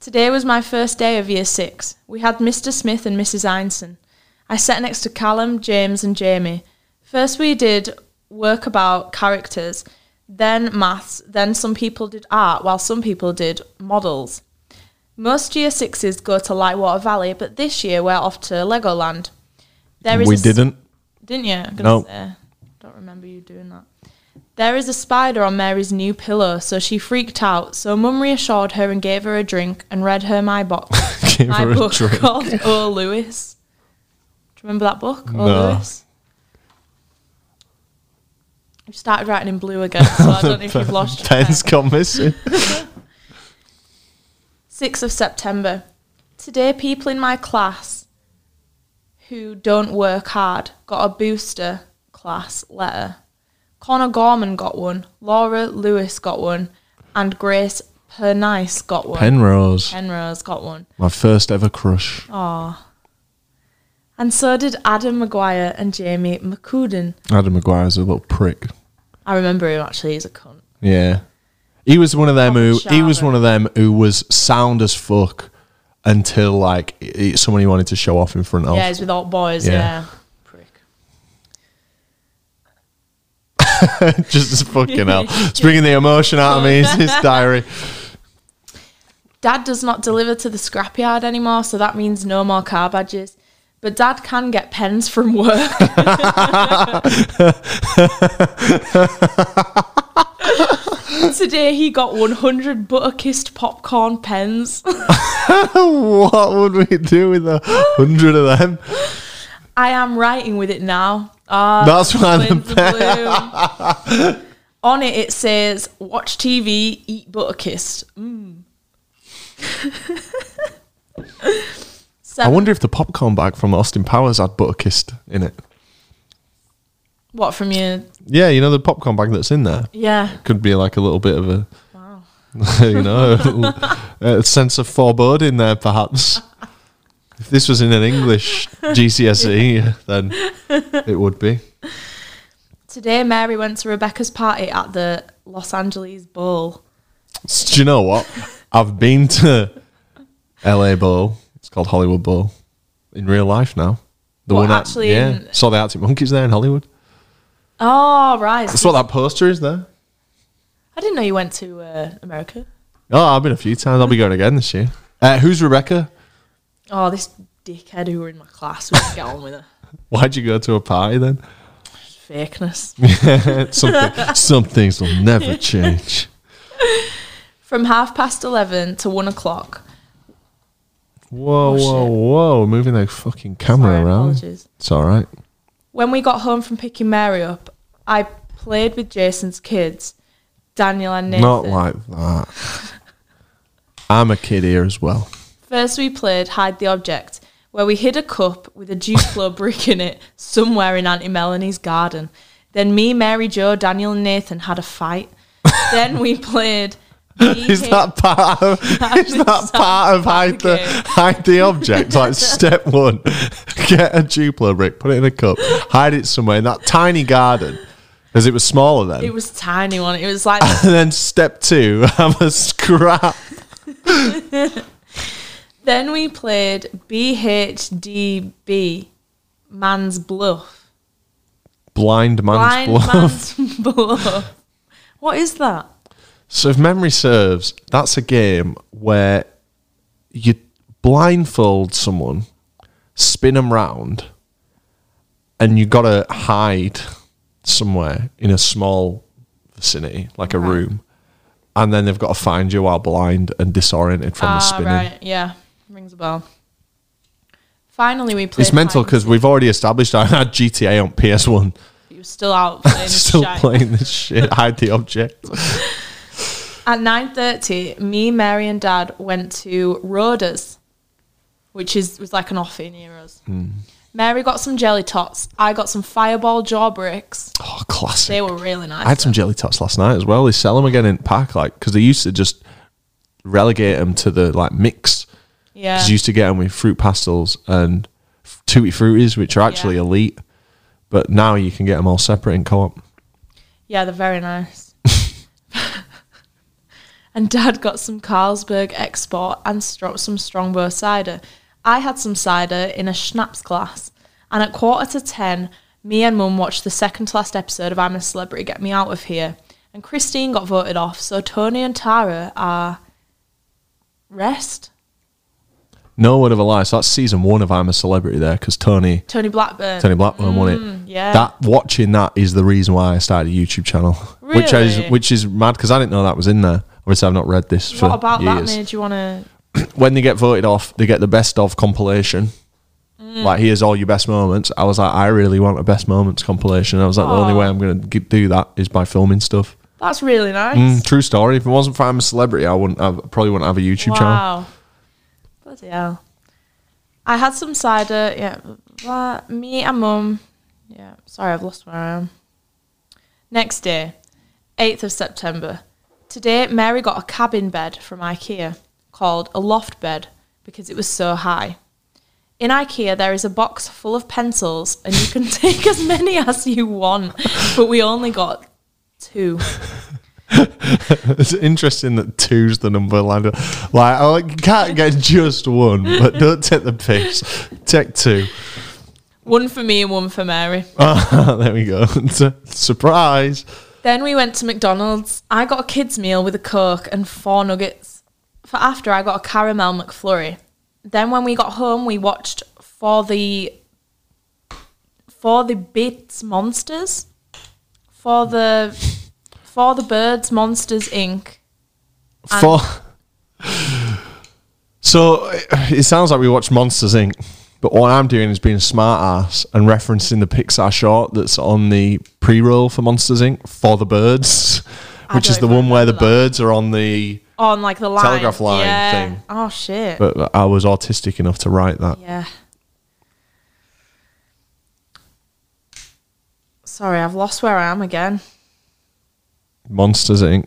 Speaker 2: Today was my first day of year six. We had Mr. Smith and Mrs. Einson. I sat next to Callum, James, and Jamie. First, we did work about characters, then maths, then some people did art, while some people did models. Most year sixes go to Lightwater Valley, but this year we're off to Legoland. There
Speaker 1: we
Speaker 2: a s-
Speaker 1: didn't.
Speaker 2: didn't you? I'm
Speaker 1: No.
Speaker 2: gonna say. Don't remember you doing that. There is a spider on Mary's new pillow, so she freaked out. So Mum reassured her and gave her a drink and read her my box,
Speaker 1: Give
Speaker 2: my
Speaker 1: her a
Speaker 2: book
Speaker 1: drink.
Speaker 2: called O Lewis. Do you remember that book, O
Speaker 1: No.
Speaker 2: Lewis? You started writing in blue again, so I don't know if you've lost your pen.
Speaker 1: Ten's gone missing.
Speaker 2: 6th of September. Today, people in my class who don't work hard got a booster class letter. Connor Gorman got one, Laura Lewis got one, and Grace Pernice got one.
Speaker 1: Penrose,
Speaker 2: Penrose got one.
Speaker 1: my first ever crush.
Speaker 2: And so did Adam Maguire and Jamie McCudden.
Speaker 1: Adam Maguire's a little prick.
Speaker 2: I remember him actually, he's a cunt.
Speaker 1: Yeah. He was one of them
Speaker 2: Proper
Speaker 1: who he was
Speaker 2: shaver.
Speaker 1: one of them who was sound as fuck until like i- it's someone he wanted to show off in front of.
Speaker 2: Yeah, he's with all boys.
Speaker 1: Oh. Yeah.
Speaker 2: Yeah. Prick.
Speaker 1: Just as fucking hell. It's bringing the emotion out of me. It's his diary.
Speaker 2: Dad does not deliver to the scrapyard anymore, so that means no more car badges. But Dad can get pens from work. Today he got 100 butter kissed popcorn pens.
Speaker 1: what would we do with a hundred of them?
Speaker 2: I am writing with it now. Ah,
Speaker 1: That's why the
Speaker 2: explains the bloom. On it, it says, "Watch TV, eat butter kissed." Mm.
Speaker 1: I
Speaker 2: Seven,
Speaker 1: wonder if the popcorn bag from Austin Powers had butter kissed in it.
Speaker 2: what from your
Speaker 1: Yeah, you know the popcorn bag that's in there
Speaker 2: yeah?
Speaker 1: could be like a little bit of a, you know, a, little- a sense of foreboding there, perhaps. If this was in an English GCSE, E, then it would be.
Speaker 2: Today, Mary went to Rebecca's party at the Los Angeles Bowl.
Speaker 1: S- Do you know what? I've been to LA Bowl. It's called Hollywood Bowl in real life now. The
Speaker 2: What,
Speaker 1: at-
Speaker 2: actually
Speaker 1: yeah.
Speaker 2: in-
Speaker 1: Saw the Arctic Monkeys there in Hollywood.
Speaker 2: Oh right,
Speaker 1: That's what that poster is there.
Speaker 2: I didn't know you went to uh, America.
Speaker 1: Oh, I've been a few times. I'll be going again this year. Uh, who's Rebecca?
Speaker 2: Oh, this dickhead who were in my class would get on with her
Speaker 1: Why'd you go to a party then?
Speaker 2: fakeness.
Speaker 1: Something, some things will never change.
Speaker 2: From half past eleven to one o'clock,
Speaker 1: Whoa,
Speaker 2: Oh, shit.
Speaker 1: whoa, whoa! Moving that fucking camera
Speaker 2: Sorry,
Speaker 1: around.
Speaker 2: apologies.
Speaker 1: It's all right.
Speaker 2: When we got home from picking Mary up, I played with Jason's kids, Daniel and Nathan.
Speaker 1: Not like that. I'm a kid here as well.
Speaker 2: First, we played Hide the Object, where we hid a cup with a Duplo brick in it somewhere in Auntie Melanie's garden. Then me, Mary, Joe, Daniel, and Nathan had a fight. then we played.
Speaker 1: Is that part of? Is that part of hide the
Speaker 2: complicated.
Speaker 1: hide the object? Like step one, get a Duplo brick, put it in a cup, hide it somewhere in that tiny garden, because it was smaller then.
Speaker 2: It was tiny one. It was like
Speaker 1: and then step two, have a scrap.
Speaker 2: Then we played BHDB, Man's Bluff.
Speaker 1: Blind man's
Speaker 2: Blind
Speaker 1: bluff.
Speaker 2: Man's Bluff. What is that?
Speaker 1: So, if memory serves, that's a game where you blindfold someone, spin them round, and you got to hide somewhere in a small vicinity, like a room. And then they've got to find you while blind and disoriented from the spinning.
Speaker 2: Ah, right. Yeah. Rings a bell. Finally, we played.
Speaker 1: It's mental
Speaker 2: Hide and
Speaker 1: because we've already established I had GTA on PS1,
Speaker 2: Seek. He was still out playing
Speaker 1: still
Speaker 2: shite.
Speaker 1: playing this shit, hide the object.
Speaker 2: At 9.30, me, Mary and Dad went to Rhoda's, which is was like an offie near us.
Speaker 1: Hmm.
Speaker 2: Mary got some jelly tots. I got some fireball jaw bricks.
Speaker 1: Oh, classic.
Speaker 2: They were really nice.
Speaker 1: I had some jelly tots last night as well. They sell them again in pack, like because they used to just relegate them to the like mix. 'Cause
Speaker 2: yeah.
Speaker 1: you used to get them with fruit pastels and f- tutti fruities, which are actually
Speaker 2: Yeah.
Speaker 1: elite. But now you can get them all separate in co-op.
Speaker 2: Yeah, they're very nice. and Dad got some Carlsberg export and stro- some Strongbow cider. I had some cider in a schnapps glass. And at quarter to ten, me and Mum watched the second to last episode of I'm a Celebrity, Get Me Out of Here. And Christine got voted off, so Tony and Tara are rest.
Speaker 1: No word of a lie. So that's season one of I'm a Celebrity there because Tony
Speaker 2: Tony Blackburn.
Speaker 1: Tony Blackburn won it.
Speaker 2: Mm, yeah.
Speaker 1: That watching that is the reason why I started a YouTube channel, which is
Speaker 2: Really?
Speaker 1: which is mad because I didn't know that was in there. Obviously, I've not read this for
Speaker 2: what about
Speaker 1: years.
Speaker 2: that made you want to?
Speaker 1: when they get voted off, they get the best of compilation.
Speaker 2: Mm.
Speaker 1: Like, here's all your best moments. I was like, I really want a best moments compilation. I was like, the only
Speaker 2: Aw.
Speaker 1: way I'm going to do that is by filming stuff.
Speaker 2: That's really nice.
Speaker 1: Mm, true story. If it wasn't for I'm a celebrity, I wouldn't have, probably wouldn't have a YouTube channel.
Speaker 2: Wow. Bloody hell. I had some cider, yeah. blah, blah, blah. me and mum. Yeah, sorry, I've lost where I am. Next day, 8th of September. Today, Mary got a cabin bed from IKEA called a loft bed because it was so high. In IKEA, there is a box full of pencils and you can take as many as you want, but we only got two.
Speaker 1: it's interesting that two's the number landed. Like, I like, you can't get just one, but don't take the piss. Take two.
Speaker 2: One for me and one for Mary.
Speaker 1: there we go. Surprise.
Speaker 2: Then we went to McDonald's. I got a kids' meal with a Coke and four nuggets. For after, I got a caramel McFlurry. Then when we got home, we watched For the For the Bits Monsters. For the For the Birds Monsters Inc.
Speaker 1: For so it- it sounds like we watched Monsters Inc. But what I'm doing is being a smart ass and referencing the Pixar short that's on the pre-roll for Monsters Inc. for the birds,
Speaker 2: I
Speaker 1: which is the
Speaker 2: don't
Speaker 1: one where the
Speaker 2: remember that.
Speaker 1: birds are on the.
Speaker 2: On like the line.
Speaker 1: Telegraph line
Speaker 2: yeah.
Speaker 1: thing.
Speaker 2: Oh shit.
Speaker 1: But I was autistic enough to write that.
Speaker 2: yeah. Sorry, I've lost where I am again.
Speaker 1: Monsters Inc.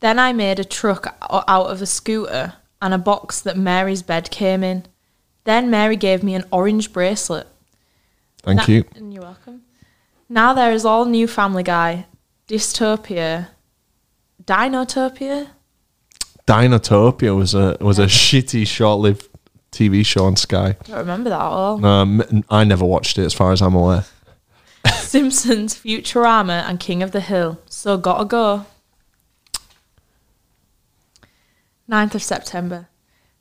Speaker 2: Then I made a truck o- out of a scooter and a box that Mary's bed came in. Then Mary gave me an orange bracelet.
Speaker 1: Thank
Speaker 2: Na-
Speaker 1: you.
Speaker 2: And you're welcome. Now there is all new Family Guy, Dystopia, Dinotopia.
Speaker 1: Dinotopia was a was a shitty short-lived TV show on Sky.
Speaker 2: I don't remember that at all.
Speaker 1: Um, I never watched it, as far as I'm aware.
Speaker 2: Simpsons, Futurama, and King of the Hill. So gotta go. 9th of September.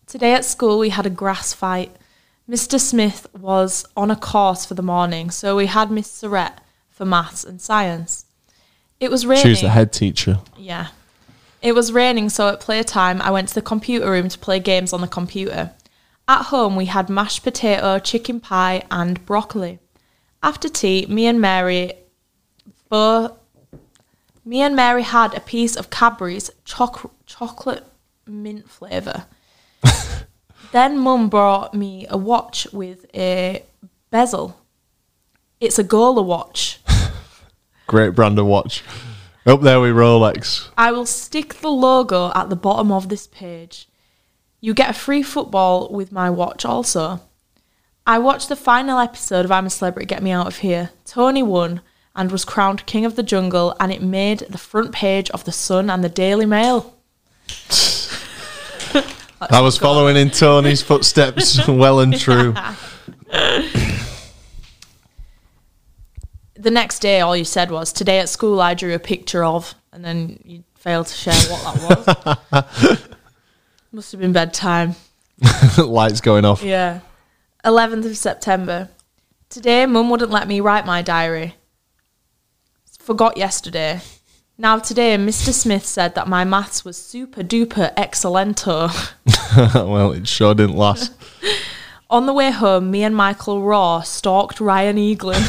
Speaker 2: Today at school we had a grass fight. Mr. Smith was on a course for the morning, so we had Miss Surrett for maths and science. It was raining.
Speaker 1: She was the head teacher.
Speaker 2: Yeah. It was raining, so at playtime, I went to the computer room to play games on the computer. At home, we had mashed potato, chicken pie, and broccoli. After tea, me and Mary, both, me and Mary had a piece of Cadbury's choc- chocolate mint flavour. then Mum brought me a watch with a bezel. It's a Gola watch.
Speaker 1: Great brand of watch. Up there with Rolex.
Speaker 2: I will stick the logo at the bottom of this page. You get a free football with my watch also. I watched the final episode of I'm a Celebrity Get Me Out of Here. Tony won and was crowned King of the Jungle and it made the front page of the Sun and the Daily Mail.
Speaker 1: I was following in Tony's footsteps well and true.
Speaker 2: The next day all you said was, Today at school I drew a picture of and then you failed to share what that was. Must have been bedtime.
Speaker 1: Lights going off.
Speaker 2: Yeah. 11th of September. Today, mum wouldn't let me write my diary. Forgot yesterday. Now, today, Mr. Smith said that my maths was super duper excellento.
Speaker 1: well, it sure didn't last.
Speaker 2: On the way home, me and Michael Raw stalked Ryan Eaglin.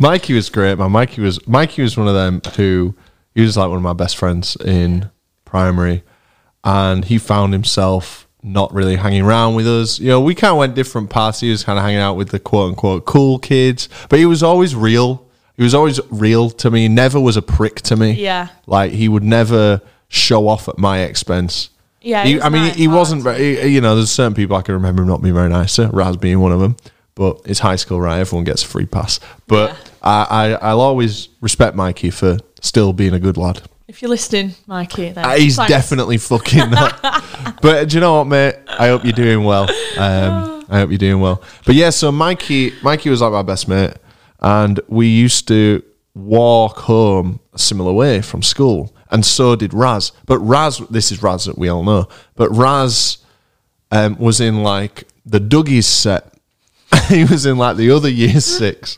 Speaker 1: Mikey was great, man. Mikey was Mikey was one of them who he was like one of my best friends in primary, and he found himself not really hanging around with us. You know, we kind of went different paths. He was kind of hanging out with the quote unquote cool kids, but he was always real. He was always real to me. He never was a prick to me.
Speaker 2: Yeah.
Speaker 1: like he would never show off at my expense.
Speaker 2: Yeah, he
Speaker 1: he,
Speaker 2: was
Speaker 1: I mean,
Speaker 2: nice,
Speaker 1: he
Speaker 2: I
Speaker 1: wasn't. Very, he- you know, there's certain people I can remember him not being very nice to. Raz being one of them. But it's high school, right? Everyone gets a free pass. But I, I, I'll always respect Mikey for still being a good lad.
Speaker 2: if you're listening, Mikey, then
Speaker 1: Uh, He's
Speaker 2: thanks.
Speaker 1: definitely fucking that. but do you know what, mate? I hope you're doing well. Um, I hope you're doing well. But yeah, so Mikey, Mikey was like my best mate, and we used to walk home a similar way from school, and so did Raz. But Raz, this is Raz that we all know. But Raz um, was in like the Dougie's set. he was in like the other year six.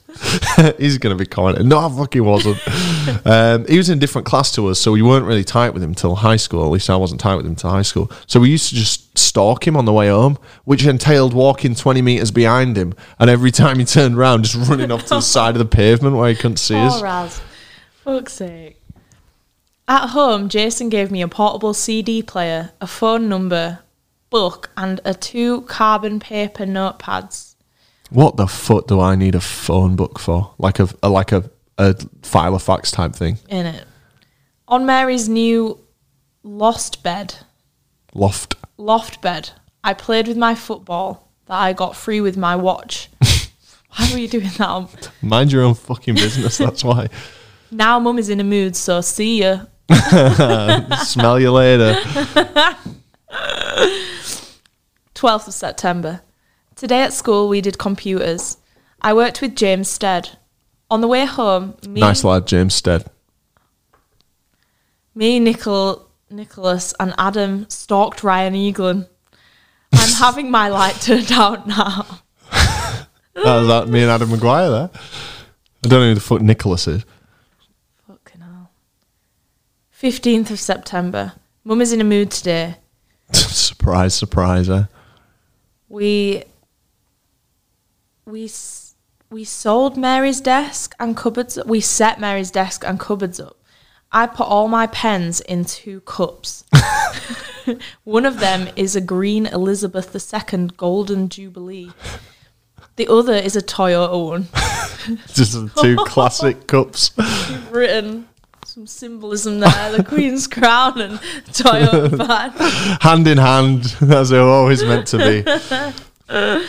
Speaker 1: He's going to be commenting. No, I fucking wasn't. um, he was in a different class to us, so we weren't really tight with him till high school. At least I wasn't tight with him till high school. So we used to just stalk him on the way home, which entailed walking 20 meters behind him. And every time he turned around, just running off to the side of the pavement where he couldn't see us.
Speaker 2: Poor Raz. Fuck's sake. At home, Jason gave me a portable CD player, a phone number, book, and a two carbon paper notepads.
Speaker 1: What the fuck do I need a phone book for? Like a, a like a, a file of facts type thing.
Speaker 2: in it. On Mary's new lost bed,
Speaker 1: Loft.
Speaker 2: loft bed, I played with my football that I got free with my watch. Why were you doing that?
Speaker 1: Mind your own fucking business. That's why.
Speaker 2: Now mum is in a mood, so see ya.
Speaker 1: Smell you later.
Speaker 2: 12th of September. Today at school we did computers. I worked with James Stead. On the way home, me,
Speaker 1: Nice lad, James Stead.
Speaker 2: me Nicol, Nicholas, and Adam stalked Ryan Eaglin. I'm having my light turned out now.
Speaker 1: That was that me and Adam McGuire there. I don't know who the fuck Nicholas is.
Speaker 2: Fucking hell. 15th of September. Mum is in a mood today.
Speaker 1: surprise, surprise. Eh?
Speaker 2: We we s- we sold Mary's desk and cupboards. We set Mary's desk and cupboards up. I put all my pens in two cups. One of them is a green Elizabeth II Golden Jubilee. The other is a Toyota one.
Speaker 1: Just the two classic cups.
Speaker 2: You've written some symbolism there: the Queen's crown and Toyota van.
Speaker 1: hand in hand, as they're always meant to be.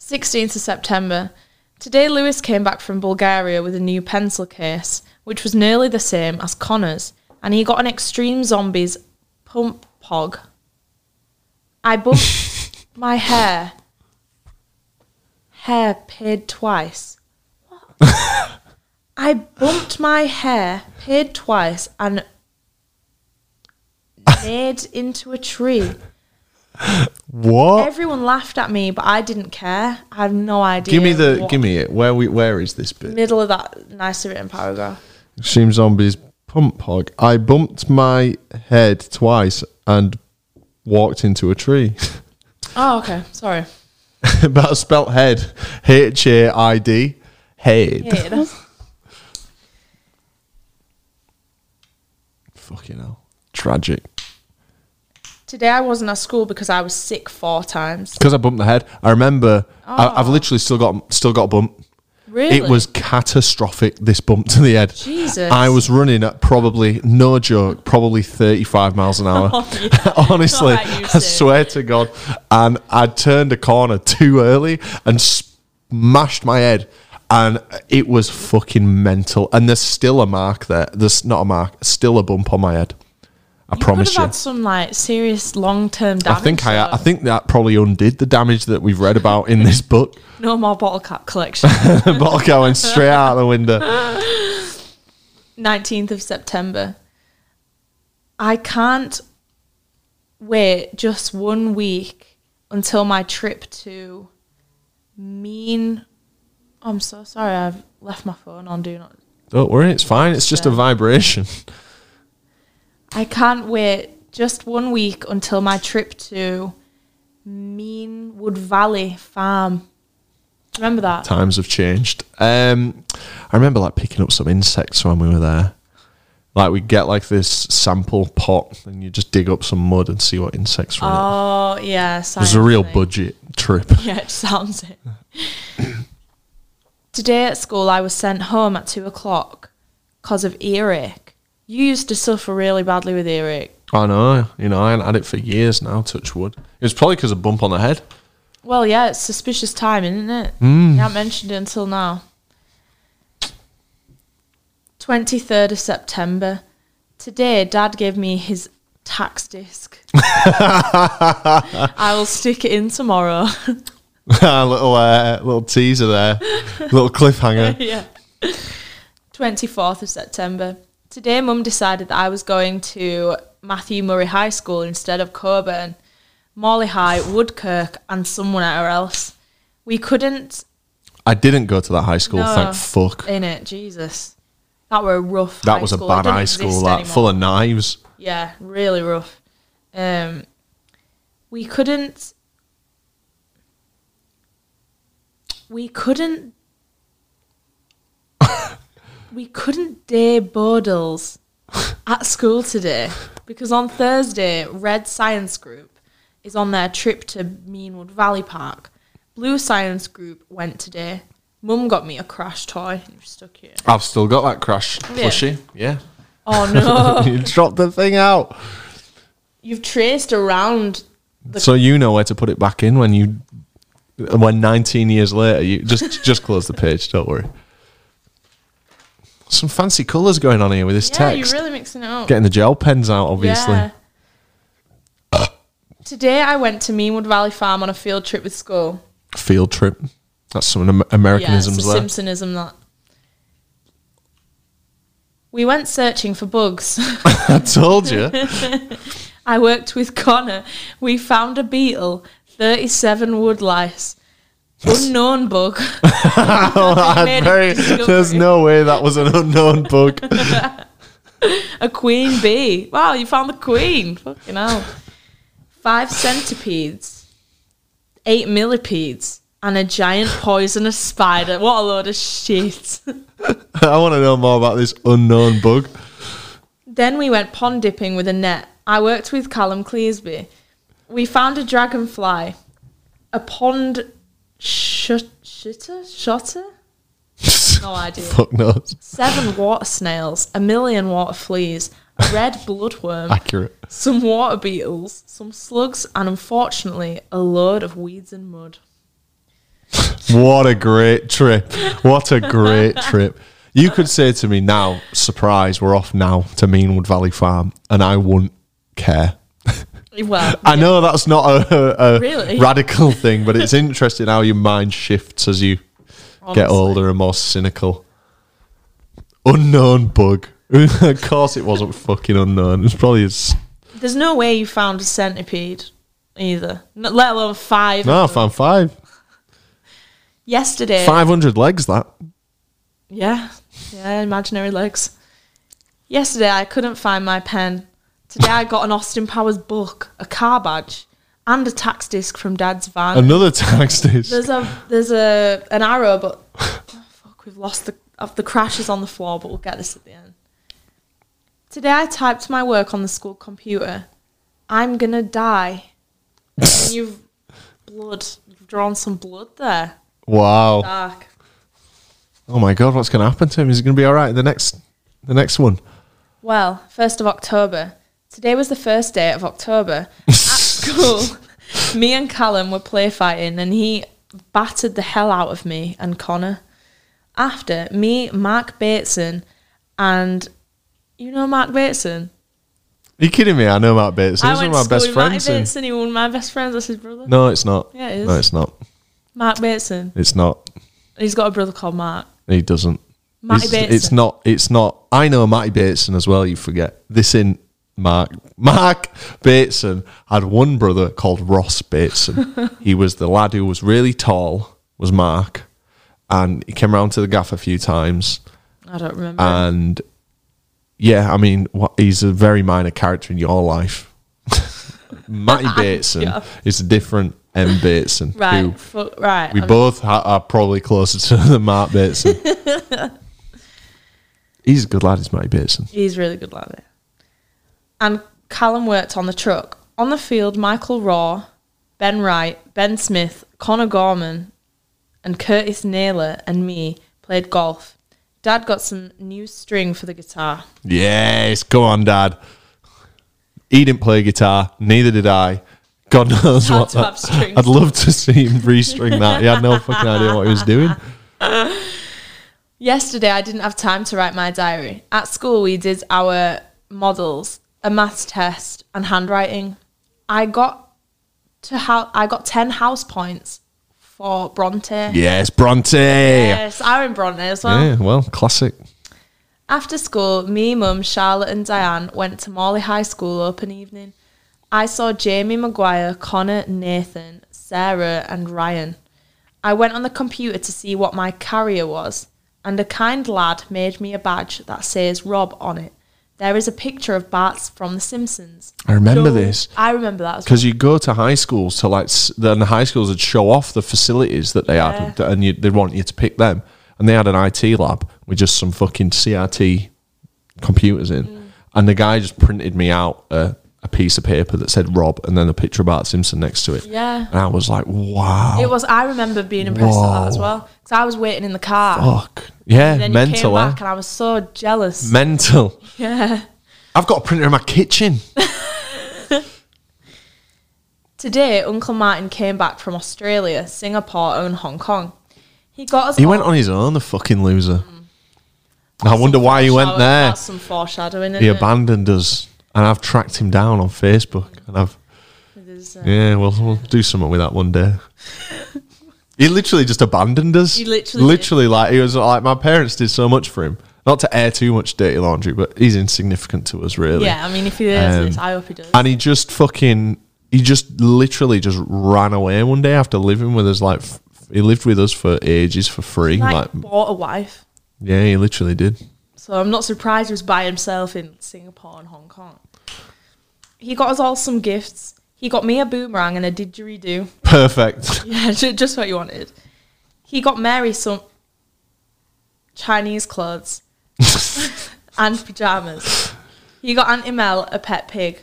Speaker 2: 16th of September. Today, Lewis came back from Bulgaria with a new pencil case, which was nearly the same as Connor's, and he got an Extreme Zombies pump pog. I bumped my hair. Hair paid twice. What? I bumped my hair, paid twice, and made into a tree.
Speaker 1: What?
Speaker 2: Everyone laughed at me, but I didn't care. I have no idea.
Speaker 1: give me the.
Speaker 2: what-
Speaker 1: Give me it. Where we? Where is this bit?
Speaker 2: middle of that nicely written paragraph.
Speaker 1: Extreme Zombies pump hog. I bumped my head twice and walked into a tree.
Speaker 2: Oh, okay. Sorry.
Speaker 1: but I spelt head. H A I D. Head.
Speaker 2: Hated.
Speaker 1: Fucking hell. Tragic.
Speaker 2: Today I wasn't at school because I was sick four times.
Speaker 1: Because I bumped the head. I remember. I, I've literally still got still got a bump.
Speaker 2: Really?
Speaker 1: It was catastrophic. This bump to the head.
Speaker 2: Jesus.
Speaker 1: I was running at probably no joke, probably thirty-five miles an hour.
Speaker 2: Oh, yeah.
Speaker 1: Honestly,
Speaker 2: Not that used
Speaker 1: I
Speaker 2: to.
Speaker 1: swear to God, and I turned a corner too early and smashed my head, and it was fucking mental. And there's still a mark there. There's not a mark, still a bump on my head. I
Speaker 2: You
Speaker 1: promise
Speaker 2: could
Speaker 1: you.
Speaker 2: have had some like serious long term
Speaker 1: I
Speaker 2: damage.
Speaker 1: think I,
Speaker 2: though.
Speaker 1: I think that probably undid the damage that we've read about in this book.
Speaker 2: no more bottle cap collection.
Speaker 1: the bottle cap went straight out the window.
Speaker 2: 19th of September. I can't wait just one week until my trip to mean. I'm so sorry, I've left my phone on do not
Speaker 1: Don't worry, it's fine. It's just a vibration.
Speaker 2: I can't wait just one week until my trip to Meanwood Valley Farm. Remember that?
Speaker 1: times have changed. Um, I remember like picking up some insects when we were there. Like we'd get like this sample pot, and you just dig up some mud and see what insects were. in it.
Speaker 2: Oh yeah,
Speaker 1: it was a real
Speaker 2: bud.
Speaker 1: budget trip.
Speaker 2: Yeah, it sounds it. Today at school, I was sent home at two o'clock because of earache. You used to suffer really badly with earache.
Speaker 1: I know, you know, I ain't had it for years now. Touch wood. It was probably because of bump on the head.
Speaker 2: Well, yeah, it's suspicious timing, isn't it? Mm. You haven't mentioned it until now. 23rd of September. Today, Dad gave me his tax disc. I will stick it in tomorrow.
Speaker 1: little uh, little teaser there, little cliffhanger.
Speaker 2: yeah. 24th of September. Today, Mum decided that I was going to Matthew Murray High School instead of Coburn, Morley High, Woodkirk, and somewhere else. We couldn't
Speaker 1: I didn't go to that high school.
Speaker 2: No.
Speaker 1: Thank fuck.
Speaker 2: in it. Jesus, that were a rough.
Speaker 1: That
Speaker 2: high
Speaker 1: was a
Speaker 2: school. It
Speaker 1: bad
Speaker 2: doesn't
Speaker 1: high school.
Speaker 2: exist
Speaker 1: That
Speaker 2: anymore.
Speaker 1: full of knives.
Speaker 2: yeah, really rough. Um, we couldn't. We couldn't. we couldn't dare Bodles at school today because on Thursday, Red Science Group is on their trip to Meanwood Valley Park. Blue Science Group went today. Mum got me a crash toy. It was stuck here.
Speaker 1: I've still got that crash plushie. Yeah,
Speaker 2: Oh no!
Speaker 1: you dropped the thing out.
Speaker 2: You've traced around
Speaker 1: so you know where to put it back in when you when 19 years later you just just close the page don't worry Some fancy colours going on here with this
Speaker 2: Yeah,
Speaker 1: text.
Speaker 2: you're really mixing it up.
Speaker 1: Getting the gel pens out, obviously.
Speaker 2: Yeah. Today I went to Meanwood Valley Farm on a field trip with school.
Speaker 1: Field trip. That's some Am-
Speaker 2: Yeah, it's a
Speaker 1: Americanisms there.
Speaker 2: Simpsonism that. We went searching for bugs.
Speaker 1: I told you.
Speaker 2: I worked with Connor. We found a beetle, 37 woodlice, unknown bug. Made a
Speaker 1: Very-
Speaker 2: discovery.
Speaker 1: there's no way that was an unknown bug.
Speaker 2: A queen bee. Wow, you found the queen. Fucking hell. Five centipedes, eight millipedes, and a giant poisonous spider. What a load of shit.
Speaker 1: I want to know more about this unknown bug.
Speaker 2: Then we went pond dipping with a net. I worked with Callum Cleasby. We found a dragonfly, a pond shut shutter shutter. No idea.
Speaker 1: Fuck knows.
Speaker 2: Seven water snails, a million water fleas, a red bloodworm,
Speaker 1: Accurate.
Speaker 2: some water beetles, some slugs, and unfortunately, a load of weeds and mud.
Speaker 1: What a great trip. What a great trip. You could say to me now, surprise, we're off now to Meanwood Valley Farm, and I wouldn't care.
Speaker 2: Well,
Speaker 1: I know that's not a, a
Speaker 2: Really?
Speaker 1: radical thing, but it's interesting how your mind shifts as you get older and more cynical. Unknown bug. of course, it wasn't fucking unknown. It was probably as.
Speaker 2: there's no way you found a centipede either, N- let alone five.
Speaker 1: No, I found five.
Speaker 2: Yesterday,
Speaker 1: 500 legs, that.
Speaker 2: Yeah, yeah, imaginary legs. Yesterday I couldn't find my pen. Today I got an Austin Powers book, a car badge, and a tax disc from Dad's van.
Speaker 1: Another tax disc.
Speaker 2: there's a there's a an arrow, but oh, fuck, we've lost the of the crash is on the floor, but we'll get this at the end. Today I typed my work on the school computer. I'm gonna die. And you've blood. You've drawn some blood there.
Speaker 1: Wow.
Speaker 2: Dark.
Speaker 1: Oh my god, what's going to happen to him? Is he going to be all right? The next, the next one.
Speaker 2: Well, 1st of October. Today was the first day of October. At school, me and Callum were play fighting and he battered the hell out of me and Connor. After, me, Mark Bateson, and you know Mark Bateson?
Speaker 1: Are you kidding me? I know Matt Bates. He's
Speaker 2: I
Speaker 1: one of
Speaker 2: went
Speaker 1: my
Speaker 2: to school
Speaker 1: best
Speaker 2: with Mark
Speaker 1: friends. who-
Speaker 2: Bateson. He was one of my best friends. That's his brother.
Speaker 1: No, it's not.
Speaker 2: Yeah, it is.
Speaker 1: No, it's not.
Speaker 2: Mark Bateson.
Speaker 1: It's not.
Speaker 2: He's got a brother called Mark.
Speaker 1: He doesn't.
Speaker 2: Matty
Speaker 1: it's,
Speaker 2: Bateson.
Speaker 1: it's not. It's not. I know Matty Bateson as well. You forget this in Mark. Mark Bateson had one brother called Ross Bateson. he was the lad who was really tall. Was Mark, and he came round to the gaff a few times.
Speaker 2: I don't remember.
Speaker 1: and yeah, I mean, what, he's a very minor character in your life. Matty Bateson
Speaker 2: Yeah.
Speaker 1: is a different M Bateson.
Speaker 2: right. Um,
Speaker 1: who
Speaker 2: fu- right.
Speaker 1: we
Speaker 2: I'm-
Speaker 1: both ha- are probably closer to than Mark Bateson. he's a good lad, is Matty Bateson.
Speaker 2: He's really good like that. And Callum worked on the truck. On the field, Michael Raw, Ben Wright, Ben Smith, Connor Gorman, and Curtis Naylor and me played golf. Dad got some new string for the guitar.
Speaker 1: Yes, go on, Dad. He didn't play guitar, neither did I. God knows
Speaker 2: Hard
Speaker 1: what.
Speaker 2: to
Speaker 1: that-
Speaker 2: have strings.
Speaker 1: I'd love to see him restring that. He had no fucking idea what he was doing.
Speaker 2: Yesterday, I didn't have time to write my diary. At school, we did our models, a maths test, and handwriting. I got to how I got ten house points for Bronte.
Speaker 1: Yes, Bronte.
Speaker 2: Yes, Aaron Bronte as well.
Speaker 1: Yeah, well, classic.
Speaker 2: After school, me, mum, Charlotte, and Diane went to Morley High School open evening. I saw Jamie Maguire, Connor, Nathan, Sarah, and Ryan. I went on the computer to see what my carrier was, and a kind lad made me a badge that says Rob on it. There is a picture of Bart from The Simpsons.
Speaker 1: I remember
Speaker 2: No,
Speaker 1: this.
Speaker 2: I remember that. As well.
Speaker 1: Because you go to high schools to like, s- then the high schools would show off the facilities that they had, and you, they want you to pick them. And they had an IT lab with just some fucking CRT computers in,
Speaker 2: Mm.
Speaker 1: and the guy just printed me out a, a piece of paper that said Rob, and then a picture of Bart Simpson next to it.
Speaker 2: Yeah.
Speaker 1: and I was like, wow,
Speaker 2: It was. I remember being impressed at that as well because I was waiting in the car.
Speaker 1: fuck, yeah,
Speaker 2: and then you came
Speaker 1: mental, eh?
Speaker 2: back, and I was so jealous.
Speaker 1: mental.
Speaker 2: yeah.
Speaker 1: I've got a printer in my kitchen.
Speaker 2: Today, Uncle Martin came back from Australia, Singapore, and Hong Kong. He got us.
Speaker 1: He
Speaker 2: all-
Speaker 1: went on his own, the fucking loser. I wonder why he went
Speaker 2: Mm. Shower-
Speaker 1: there.
Speaker 2: That's some foreshadowing.
Speaker 1: He
Speaker 2: Isn't it?
Speaker 1: abandoned us, and I've tracked him down on Facebook, and I've
Speaker 2: It is, uh,
Speaker 1: yeah, we'll we'll do something with that one day. he literally just abandoned us.
Speaker 2: He literally did.
Speaker 1: literally like he was like my parents did so much for him. Not to air too much dirty laundry, but he's insignificant to us really.
Speaker 2: yeah, I mean, if he does
Speaker 1: Um,
Speaker 2: this, I hope he does.
Speaker 1: And he just fucking, he just literally just ran away one day after living with us. Like, f- he lived with us for ages for free. Like,
Speaker 2: like, bought a wife,
Speaker 1: yeah, he literally did.
Speaker 2: so I'm not surprised he was by himself in Singapore and Hong Kong. He got us all some gifts. He got me a boomerang and a didgeridoo.
Speaker 1: Perfect.
Speaker 2: Yeah, ju- just what you wanted. He got Mary some Chinese clothes and pajamas. He got Auntie Mel a pet pig.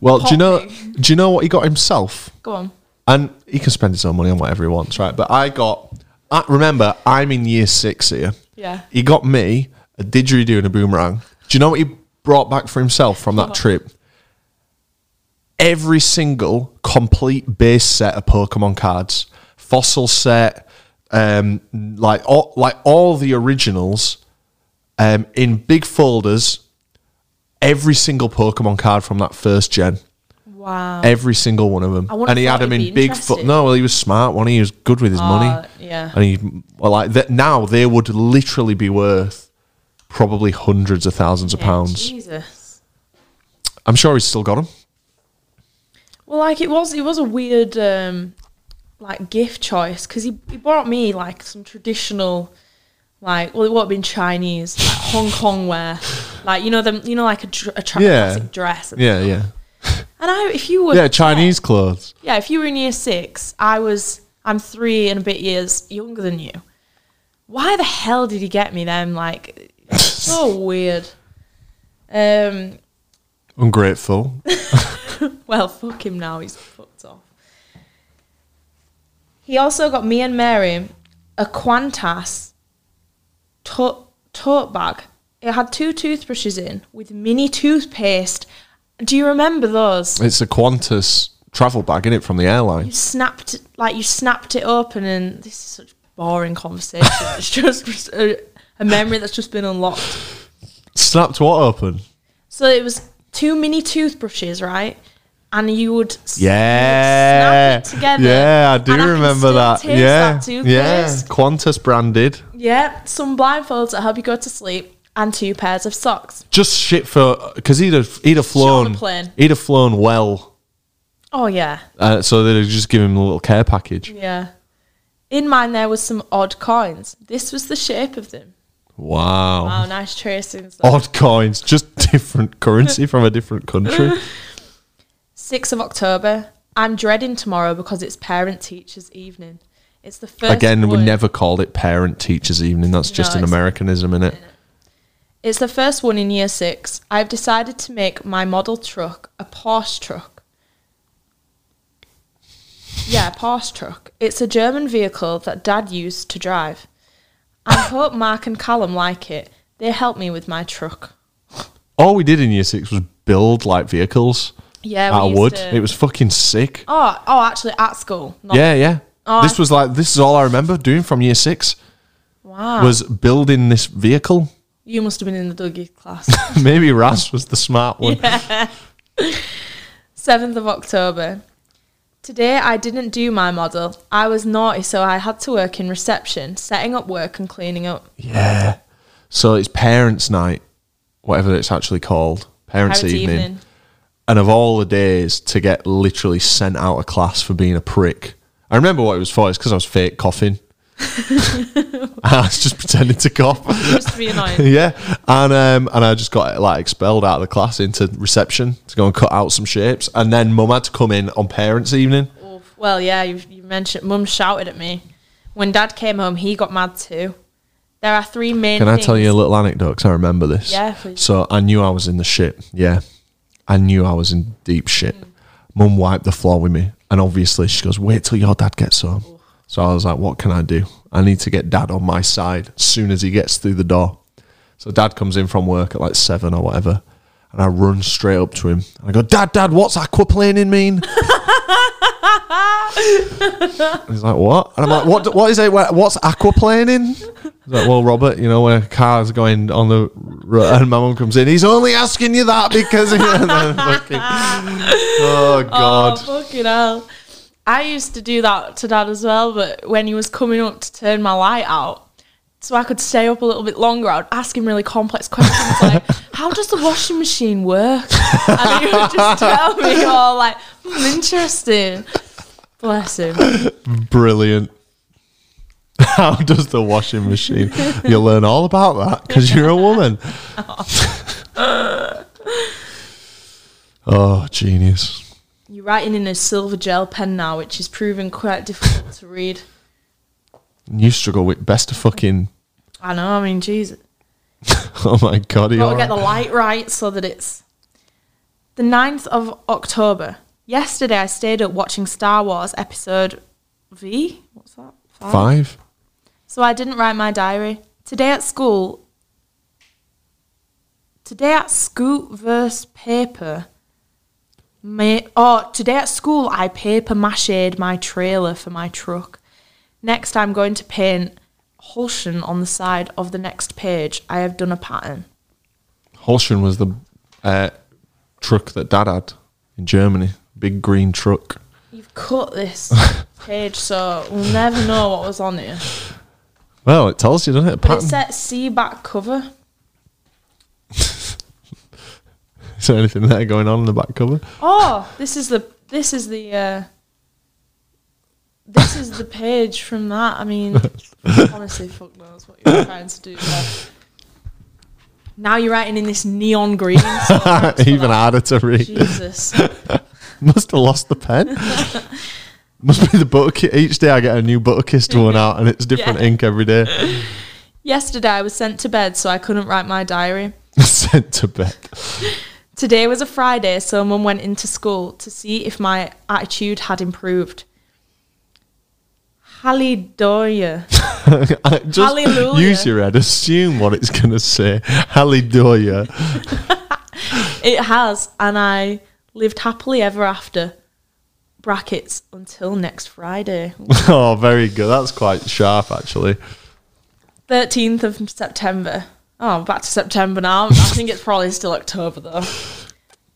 Speaker 1: Well, do you know?
Speaker 2: Poppy.
Speaker 1: Do you know what he got himself?
Speaker 2: Go on.
Speaker 1: And he can spend his own money on whatever he wants, right? But I got. I, remember, I'm in year six here.
Speaker 2: Yeah.
Speaker 1: He got me a didgeridoo and a boomerang. Do you know what he brought back for himself from that
Speaker 2: What?
Speaker 1: trip? Every single complete base set of Pokemon cards, fossil set, um, like all, like all the originals, um, in big folders. Every single Pokemon card from that first gen.
Speaker 2: Wow.
Speaker 1: Every single one of them.
Speaker 2: Oh. I would've
Speaker 1: And he had
Speaker 2: thought
Speaker 1: them
Speaker 2: he'd
Speaker 1: in
Speaker 2: be
Speaker 1: big. Fo-
Speaker 2: interested.
Speaker 1: no, well, he was smart. One, he was good with his money.
Speaker 2: yeah.
Speaker 1: And he well, like that now they would literally be worth probably hundreds of thousands of
Speaker 2: Yeah,
Speaker 1: pounds.
Speaker 2: Jesus.
Speaker 1: I'm sure he's still got them.
Speaker 2: Well, like it was, it was a weird um, like gift choice because he, he bought me like some traditional, like well, it would have been Chinese, like, Hong Kong wear, like you know them, you know, like a, dr- a tra-
Speaker 1: Yeah.
Speaker 2: classic dress. And
Speaker 1: Yeah,
Speaker 2: stuff.
Speaker 1: yeah,
Speaker 2: And I, if you were
Speaker 1: yeah. Chinese clothes.
Speaker 2: yeah, if you were in year six, I was, I'm three and a bit years younger than you. Why the hell did he get me them? Like, it's so weird. Um,
Speaker 1: Ungrateful.
Speaker 2: well, fuck him now. He's fucked off. He also got me and Mary a Qantas tote, tote bag. It had two toothbrushes in with mini toothpaste. Do you remember those?
Speaker 1: It's a Qantas travel bag, innit, from the airline.
Speaker 2: you snapped like you snapped it open and this is such boring conversation it's just a, a memory that's just been unlocked
Speaker 1: Snapped what open?
Speaker 2: so it was two mini toothbrushes right and you would s- you would
Speaker 1: Yeah,
Speaker 2: snap it together
Speaker 1: yeah. I do
Speaker 2: and can
Speaker 1: remember
Speaker 2: still
Speaker 1: that.
Speaker 2: taste
Speaker 1: Yeah,
Speaker 2: that
Speaker 1: yeah.
Speaker 2: toothpaste.
Speaker 1: Qantas branded.
Speaker 2: yeah some blindfolds that help you go to sleep and two pairs of socks
Speaker 1: Just shit for because he'd have he'd have
Speaker 2: on
Speaker 1: flown.
Speaker 2: the plane.
Speaker 1: He'd have flown well.
Speaker 2: oh yeah
Speaker 1: Uh, so they'd have just give him a little care package.
Speaker 2: yeah in mine there was some odd coins this was the shape of them wow nice tracing stuff.
Speaker 1: odd coins, just different currency from a different country.
Speaker 2: 6th of October. I'm dreading tomorrow because it's parent teachers evening. It's the first
Speaker 1: Again, we
Speaker 2: one-
Speaker 1: never called it parent teachers evening. That's just
Speaker 2: No,
Speaker 1: an
Speaker 2: it's-
Speaker 1: Americanism, in it?
Speaker 2: It's the first one in year 6. I've decided to make my model truck a Porsche truck. Yeah, a Porsche truck. It's a German vehicle that dad used to drive. I hope Mark and Callum like it. They helped me with my truck.
Speaker 1: All we did in year six was build like vehicles
Speaker 2: Yeah, we
Speaker 1: out of
Speaker 2: used
Speaker 1: wood.
Speaker 2: to-
Speaker 1: It was fucking sick.
Speaker 2: Oh, oh, actually at school. Not,
Speaker 1: yeah, yeah.
Speaker 2: Oh,
Speaker 1: this
Speaker 2: I-
Speaker 1: was like this is all I remember doing from year six
Speaker 2: Wow.
Speaker 1: was building this vehicle.
Speaker 2: you must have been in the Dougie class.
Speaker 1: Maybe Ras was the smart one.
Speaker 2: 7th of October. Today I didn't do my model. I was naughty, so I had to work in reception, setting up work and cleaning up.
Speaker 1: Yeah. So it's parents' night, whatever it's actually called, parents'
Speaker 2: Parents'
Speaker 1: evening.
Speaker 2: evening.
Speaker 1: And of all the days to get literally sent out of class for being a prick. I remember what it was for. It's because I was fake coughing. I was just pretending to cough.
Speaker 2: Used to be annoying.
Speaker 1: yeah, and um, and I just got like expelled out of the class into reception to go and cut out some shapes. And then mum had to come in on parents' evening.
Speaker 2: Oof. well, yeah, you, you mentioned Mum shouted at me. When Dad came home, he got mad too. There are three main.
Speaker 1: Can I tell
Speaker 2: things-
Speaker 1: you a little anecdote? 'Cause I remember this.
Speaker 2: Yeah, please.
Speaker 1: So I knew I was in the shit. Yeah. I knew I was in deep shit.
Speaker 2: Mm.
Speaker 1: Mum wiped the floor with me. And obviously she goes, wait till your dad gets home. So I was like, what can I do? I need to get dad on my side as soon as he gets through the door. So dad comes in from work at like seven or whatever. And I run straight up to him. And I go, dad, dad, what's aquaplaning mean? And he's like, what? And I'm like, what, what is it? What's aquaplaning? He's like, well, Robert, you know, when a car's going on the road and my mum comes in, he's only asking you that because. and then fucking- oh, God.
Speaker 2: Oh, fucking hell. I used to do that to dad as well, but when he was coming up to turn my light out, so I could stay up a little bit longer, I'd ask him really complex questions like, How does the washing machine work? And he would just tell me all like, "Hmm, Interesting. Bless him.
Speaker 1: Brilliant. How does the washing machine? You'll learn all about that because you're a woman. oh, genius.
Speaker 2: You're writing in a silver gel pen now, which is proving quite difficult to read.
Speaker 1: You struggle with best of fucking.
Speaker 2: I know, I mean, Jesus.
Speaker 1: Oh my god,
Speaker 2: Got
Speaker 1: you're
Speaker 2: to get the light right so that it's the 9th of October. Yesterday, I stayed up watching Star Wars Episode V. What's that? Five.
Speaker 1: five.
Speaker 2: So I didn't write my diary. Today at school. Today at school verse paper. Ma oh, today at school I paper mache'd my trailer for my truck. Next, I'm going to paint Hulshan on the side of the next page. I have done a pattern.
Speaker 1: Holschen was the uh, truck that Dad had in Germany. Big green truck.
Speaker 2: You've cut this page, so we'll never know what was on it.
Speaker 1: Well, it tells you, doesn't it? A
Speaker 2: But it
Speaker 1: pattern.
Speaker 2: said see back cover.
Speaker 1: Is there anything there going on in the back cover?
Speaker 2: Oh, this is the this is the uh, this is the page from that. I mean, honestly, fuck knows what you're trying to do. There. Now you're writing in this neon green. so thanks for
Speaker 1: Even
Speaker 2: that.
Speaker 1: harder to read.
Speaker 2: Jesus.
Speaker 1: Must have lost the pen. Must be the butter ki- Each day I get a new butter kissed one out and it's different
Speaker 2: Yeah.
Speaker 1: ink every day.
Speaker 2: Yesterday I was sent to bed, so I couldn't write my diary.
Speaker 1: Sent to bed.
Speaker 2: Today was a Friday, so mum went into school to see if my attitude had improved. Hallelujah.
Speaker 1: I Just
Speaker 2: Hallelujah.
Speaker 1: use your head, assume what it's going to say. Hallelujah.
Speaker 2: It has, and I lived happily ever after. Brackets until next Friday,
Speaker 1: Oh, very good. That's quite sharp, actually.
Speaker 2: thirteenth of September. Oh, I'm back to September now. I think it's probably still October though.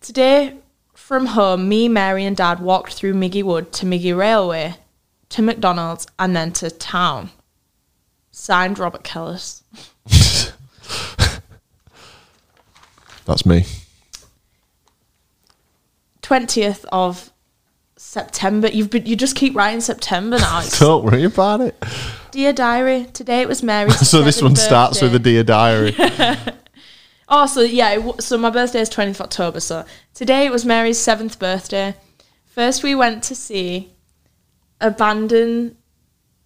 Speaker 2: Today, from home, me, Mary, and Dad walked through Miggy Wood to Miggy Railway, to McDonald's, and then to town. Signed, Robert Kellis.
Speaker 1: That's me.
Speaker 2: 20th of September. You've been, you just keep writing September now. It's-
Speaker 1: Don't worry about it.
Speaker 2: Dear diary, today it was Mary's.
Speaker 1: So this one starts with a dear diary.
Speaker 2: Oh, so yeah, it w- so my birthday is 20th of October. So today it was Mary's seventh birthday. First, we went to see abandoned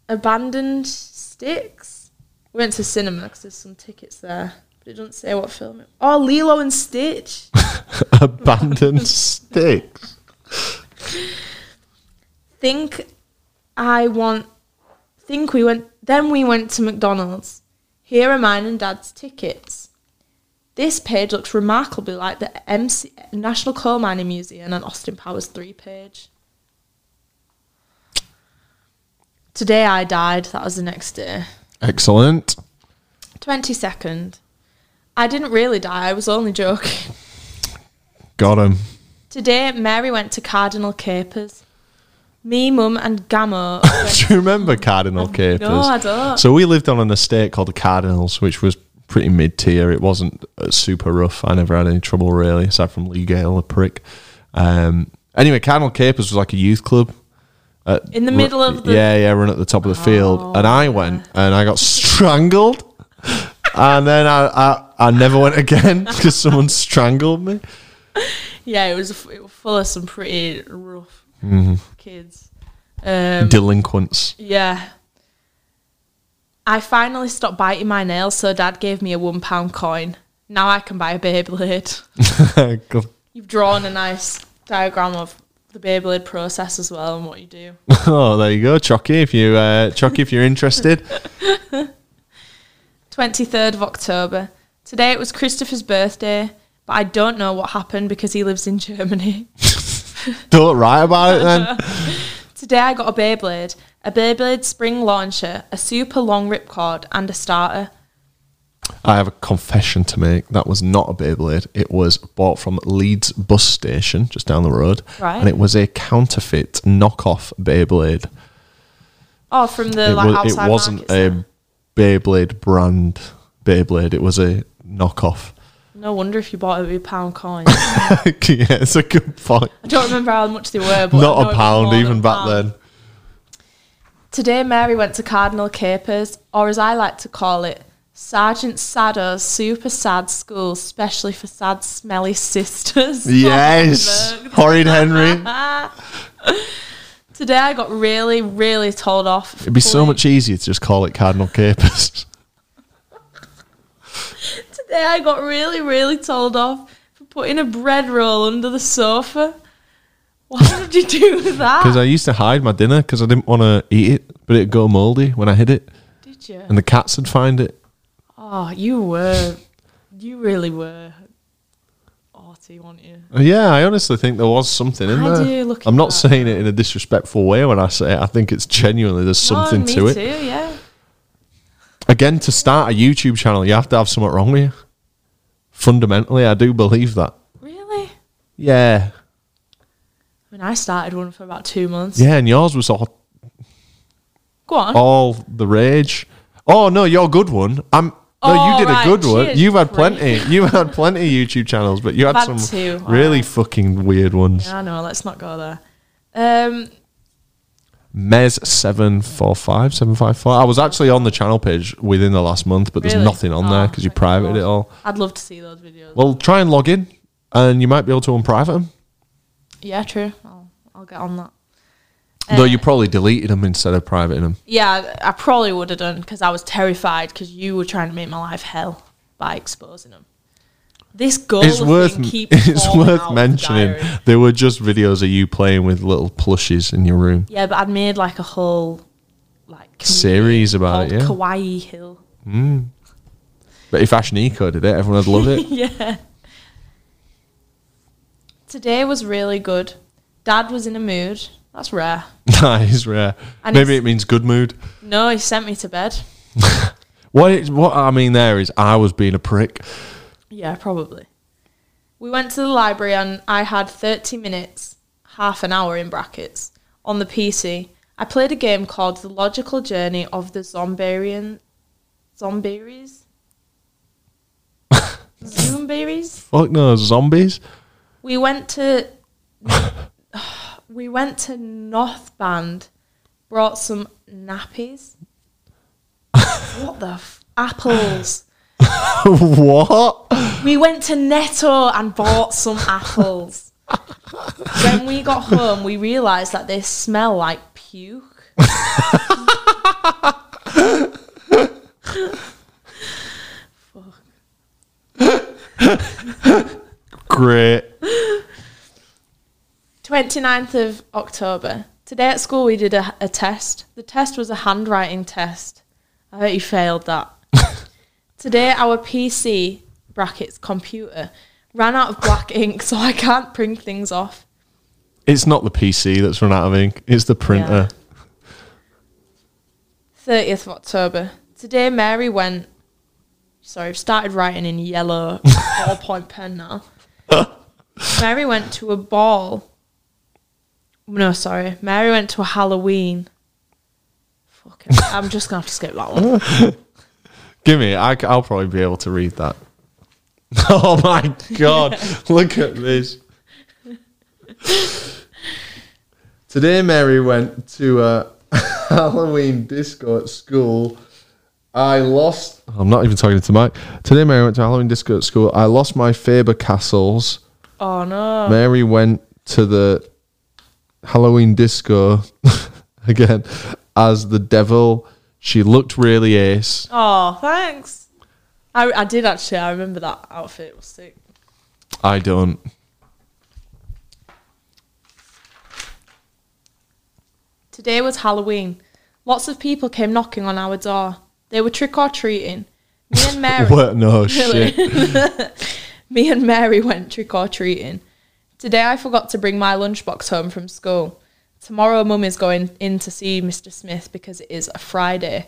Speaker 2: abandoned sticks. We went to cinema because there's some tickets there, but it doesn't say what film. It- oh, Lilo and Stitch.
Speaker 1: Abandoned sticks.
Speaker 2: think I want. Think we went. Then we went to McDonald's. Here are mine and Dad's tickets. This page looks remarkably like the MC, National Coal Mining Museum and Austin Powers 3 page. Today I died. That was the next day.
Speaker 1: Excellent.
Speaker 2: 22nd. I didn't really die. I was only joking.
Speaker 1: Got him.
Speaker 2: Today, Mary went to Cardinal Capers. Me, Mum, and Gammo.
Speaker 1: Do you remember
Speaker 2: Oh
Speaker 1: Cardinal Capers?
Speaker 2: No, I don't.
Speaker 1: So we lived on an estate called the Cardinals, which was pretty mid tier. It wasn't uh, super rough. I never had any trouble really, aside from Lee Gale, a prick. Um, anyway, Cardinal Capers was like a youth club.
Speaker 2: in the middle of the Oh.
Speaker 1: yeah, yeah, run at the top of the field, and I went and I got strangled, and then I, I I never went again because someone strangled me.
Speaker 2: Yeah, it was f- it was full of some pretty rough kids. Um,
Speaker 1: Delinquents.
Speaker 2: yeah. I finally stopped biting my nails, so Dad gave me a one pound coin. Now I can buy a Beyblade.
Speaker 1: Good.
Speaker 2: You've drawn a nice diagram of the Beyblade process as well and what you do.
Speaker 1: oh, there you go, Chucky. If you uh, Chucky, if you're interested,
Speaker 2: 23rd of October. Today it was Christopher's birthday, but I don't know what happened because he lives in Germany.
Speaker 1: don't write about it then.
Speaker 2: Today I got a Beyblade, a Beyblade spring launcher, a super long ripcord, and a starter.
Speaker 1: I have a confession to make. That was not a Beyblade. It was bought from Leeds bus station just down the road.
Speaker 2: Right.
Speaker 1: And it was a counterfeit knockoff Beyblade.
Speaker 2: Oh, from the
Speaker 1: it,
Speaker 2: like
Speaker 1: was,
Speaker 2: outside
Speaker 1: it wasn't
Speaker 2: market
Speaker 1: a Beyblade brand Beyblade. It was a knockoff.
Speaker 2: No wonder if you bought it with pound coins. I
Speaker 1: yeah, it's a good point.
Speaker 2: don't remember how much they were, but I know it
Speaker 1: Not a
Speaker 2: was
Speaker 1: pound
Speaker 2: more than
Speaker 1: even
Speaker 2: a
Speaker 1: back
Speaker 2: pound.
Speaker 1: then.
Speaker 2: Today, Mary went to Cardinal Capers, or as I like to call it, Sergeant Sado's super sad school, especially for sad, smelly sisters.
Speaker 1: Yes, horrid Henry.
Speaker 2: Today, I got really, really told off.
Speaker 1: It'd be so much easier to just call it Cardinal Capers.
Speaker 2: Today, I got really, really told off for putting a bread roll under the sofa. Why would you do
Speaker 1: Because
Speaker 2: that?
Speaker 1: I used to hide my dinner because I didn't want to eat it, but it'd go mouldy when I hid it,
Speaker 2: Did you?
Speaker 1: and the cats would find it.
Speaker 2: Oh, you were. You really were. Arty, weren't you?
Speaker 1: Yeah, I honestly think there was something in
Speaker 2: I
Speaker 1: there.
Speaker 2: do, looking
Speaker 1: I'm not
Speaker 2: back.
Speaker 1: saying it in a disrespectful way when I say it. I think it's genuinely there's something
Speaker 2: no, Oh, me
Speaker 1: to it.
Speaker 2: too, yeah.
Speaker 1: Again, to start a YouTube channel, you have to have something wrong with you. Fundamentally, I do believe that.
Speaker 2: Really?
Speaker 1: Yeah,
Speaker 2: I mean, I started one for about two months.
Speaker 1: yeah, Oh. and yours was all
Speaker 2: Go on.
Speaker 1: all the rage. Oh no, your good one. I'm. No,
Speaker 2: Oh,
Speaker 1: you did
Speaker 2: right.
Speaker 1: a good one.
Speaker 2: Cheers,
Speaker 1: You've had
Speaker 2: Frank.
Speaker 1: plenty. You've had plenty YouTube channels, but you had
Speaker 2: I've
Speaker 1: some
Speaker 2: had two.
Speaker 1: really
Speaker 2: Alright.
Speaker 1: fucking weird ones.
Speaker 2: I know. Let's not go there. Um,
Speaker 1: Mez seven four five seven five four. I was actually on the channel page within the last month, but there's
Speaker 2: Really?
Speaker 1: nothing on
Speaker 2: Oh,
Speaker 1: there because you
Speaker 2: thank
Speaker 1: privated
Speaker 2: God.
Speaker 1: it all.
Speaker 2: I'd love to see those videos.
Speaker 1: Well, try and log in, and you might be able to unprivate them.
Speaker 2: yeah, true. I'll, I'll get on that. Uh,
Speaker 1: Though you probably deleted them instead of privating them.
Speaker 2: Yeah, I probably would have done because I was terrified because you were trying to make my life hell by exposing them. This goal
Speaker 1: It's
Speaker 2: thing
Speaker 1: worth
Speaker 2: keeps
Speaker 1: it's
Speaker 2: falling
Speaker 1: worth
Speaker 2: out of the
Speaker 1: mentioning.
Speaker 2: diary.
Speaker 1: They were just videos of you playing with little plushies in your room.
Speaker 2: Yeah, but I'd made like a whole like community
Speaker 1: Series about
Speaker 2: called
Speaker 1: it, yeah.
Speaker 2: Kawaii Hill.
Speaker 1: But if Ash Nico did it, everyone would love it.
Speaker 2: yeah. Today was really good. Dad was in a mood. That's rare.
Speaker 1: That is rare.
Speaker 2: And
Speaker 1: Maybe
Speaker 2: it's-
Speaker 1: it means good mood.
Speaker 2: No, he sent me to bed.
Speaker 1: What it, what I mean there is I was being a prick.
Speaker 2: Yeah, probably. We went to the library and I had 30 minutes, half an hour in brackets, on the PC. I played a game called The Logical Journey of the Zombarian. Zombaries? Zoomberries?
Speaker 1: Fuck no, zombies.
Speaker 2: We went to we went to Northband, brought some nappies. what the f- apples?
Speaker 1: what?
Speaker 2: We went to Netto and bought some apples. when we got home, we realised that they smell like puke.
Speaker 1: Great.
Speaker 2: 29th of October. Today at school, we did a, a test. The test was a handwriting test. I bet you failed that. Today, our PC, brackets, computer, ran out of black ink, so I can't print things off.
Speaker 1: It's not the PC that's run out of ink. It's the printer.
Speaker 2: 30th of October. Today, Mary went. Sorry, I've started writing in yellow ballpoint pen now. Mary went to a ball. No, sorry. Mary went to a Halloween. Fuck it. I'm just going to have to skip that one.
Speaker 1: Give me. I, will probably be able to read that. Oh my god! Look at this. Today, Mary went to a Halloween disco at school. I lost. I'm not even talking to Mike. Today, Mary went to a Halloween disco at school. I lost my Faber Castles.
Speaker 2: Oh, no.
Speaker 1: Mary went to the Halloween disco again as the devil. She looked really ace.
Speaker 2: Oh, thanks. I, I did actually. I remember that outfit. It was sick.
Speaker 1: I don't.
Speaker 2: Today was Halloween. Lots of people came knocking on our door. They were trick or treating. Me and Mary.
Speaker 1: What? No shit.
Speaker 2: Me and Mary went trick or treating. Today I forgot to bring my lunchbox home from school. Tomorrow, mum is going in to see Mr. Smith because it is a Friday.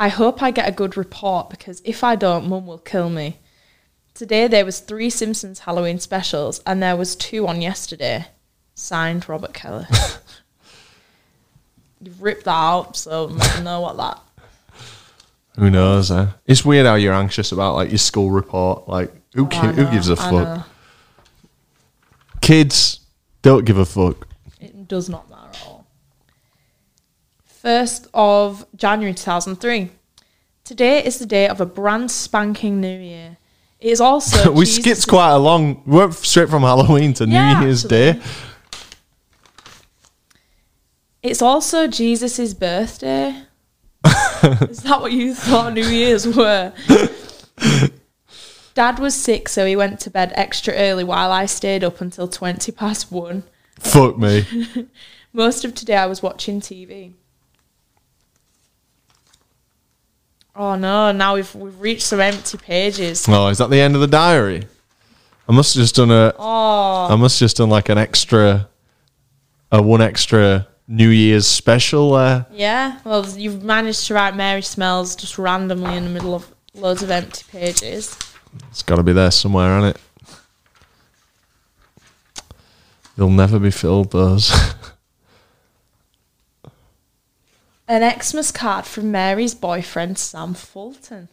Speaker 2: I hope I get a good report because if I don't, mum will kill me. Today there was three Simpsons Halloween specials and there was two on yesterday. Signed Robert Keller. You've ripped that out, so I know what that.
Speaker 1: Who knows? Eh? It's weird how you're anxious about like your school report. Like who
Speaker 2: Oh, I
Speaker 1: ca- who
Speaker 2: know,
Speaker 1: gives a
Speaker 2: I
Speaker 1: fuck? Kids don't give a fuck.
Speaker 2: It does not matter at all. 1st of January 2003. Today is the day of a brand spanking new year. It is also.
Speaker 1: we
Speaker 2: Jesus-
Speaker 1: skipped quite a long. We went straight from Halloween to
Speaker 2: Yeah,
Speaker 1: New Year's
Speaker 2: actually.
Speaker 1: Day.
Speaker 2: It's also Jesus' birthday. is that what you thought New Year's were? Dad was sick, so he went to bed extra early while I stayed up until 20 past one.
Speaker 1: Fuck me.
Speaker 2: Most of today I was watching TV. Oh no, now we've we've reached some empty pages.
Speaker 1: Oh, is that the end of the diary? I must have just done a.
Speaker 2: Oh,
Speaker 1: I must have just done like an extra, a one extra New Year's special eh? there.
Speaker 2: yeah. Well, you've managed to write Mary Smells just randomly in the middle of loads of empty pages.
Speaker 1: It's got to be there somewhere, hasn't it? You'll never be filled those.
Speaker 2: An Xmas card from Mary's boyfriend Sam Fulton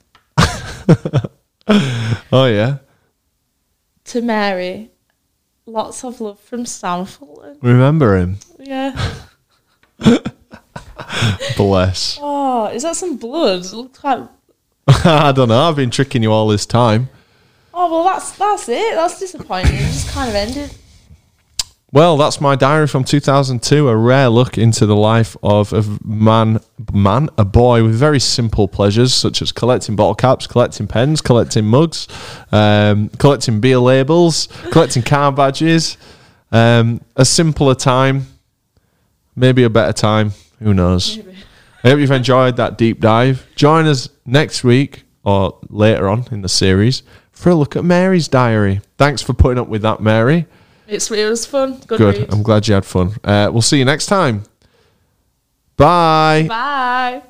Speaker 1: oh yeah,
Speaker 2: to Mary. Lots of love from Sam Fulton.
Speaker 1: remember him.
Speaker 2: Yeah.
Speaker 1: Bless.
Speaker 2: Oh, is that some blood? It looks like.
Speaker 1: I don't know. I've been tricking you all this time.
Speaker 2: Oh well, that's that's it. That's disappointing. It just kind of ended.
Speaker 1: Well, that's my diary from 2002. A rare look into the life of a man, man, a boy with very simple pleasures such as collecting bottle caps, collecting pens, collecting mugs, um, collecting beer labels, collecting car badges. Um, a simpler time, maybe a better time. Who knows? I hope you've enjoyed that deep dive. Join us next week or later on in the series for a look at Mary's diary. Thanks for putting up with that, Mary.
Speaker 2: It's it was fun. Good.
Speaker 1: Good.
Speaker 2: read.
Speaker 1: I'm glad you had fun. Uh, we'll see you next time. Bye.
Speaker 2: Bye.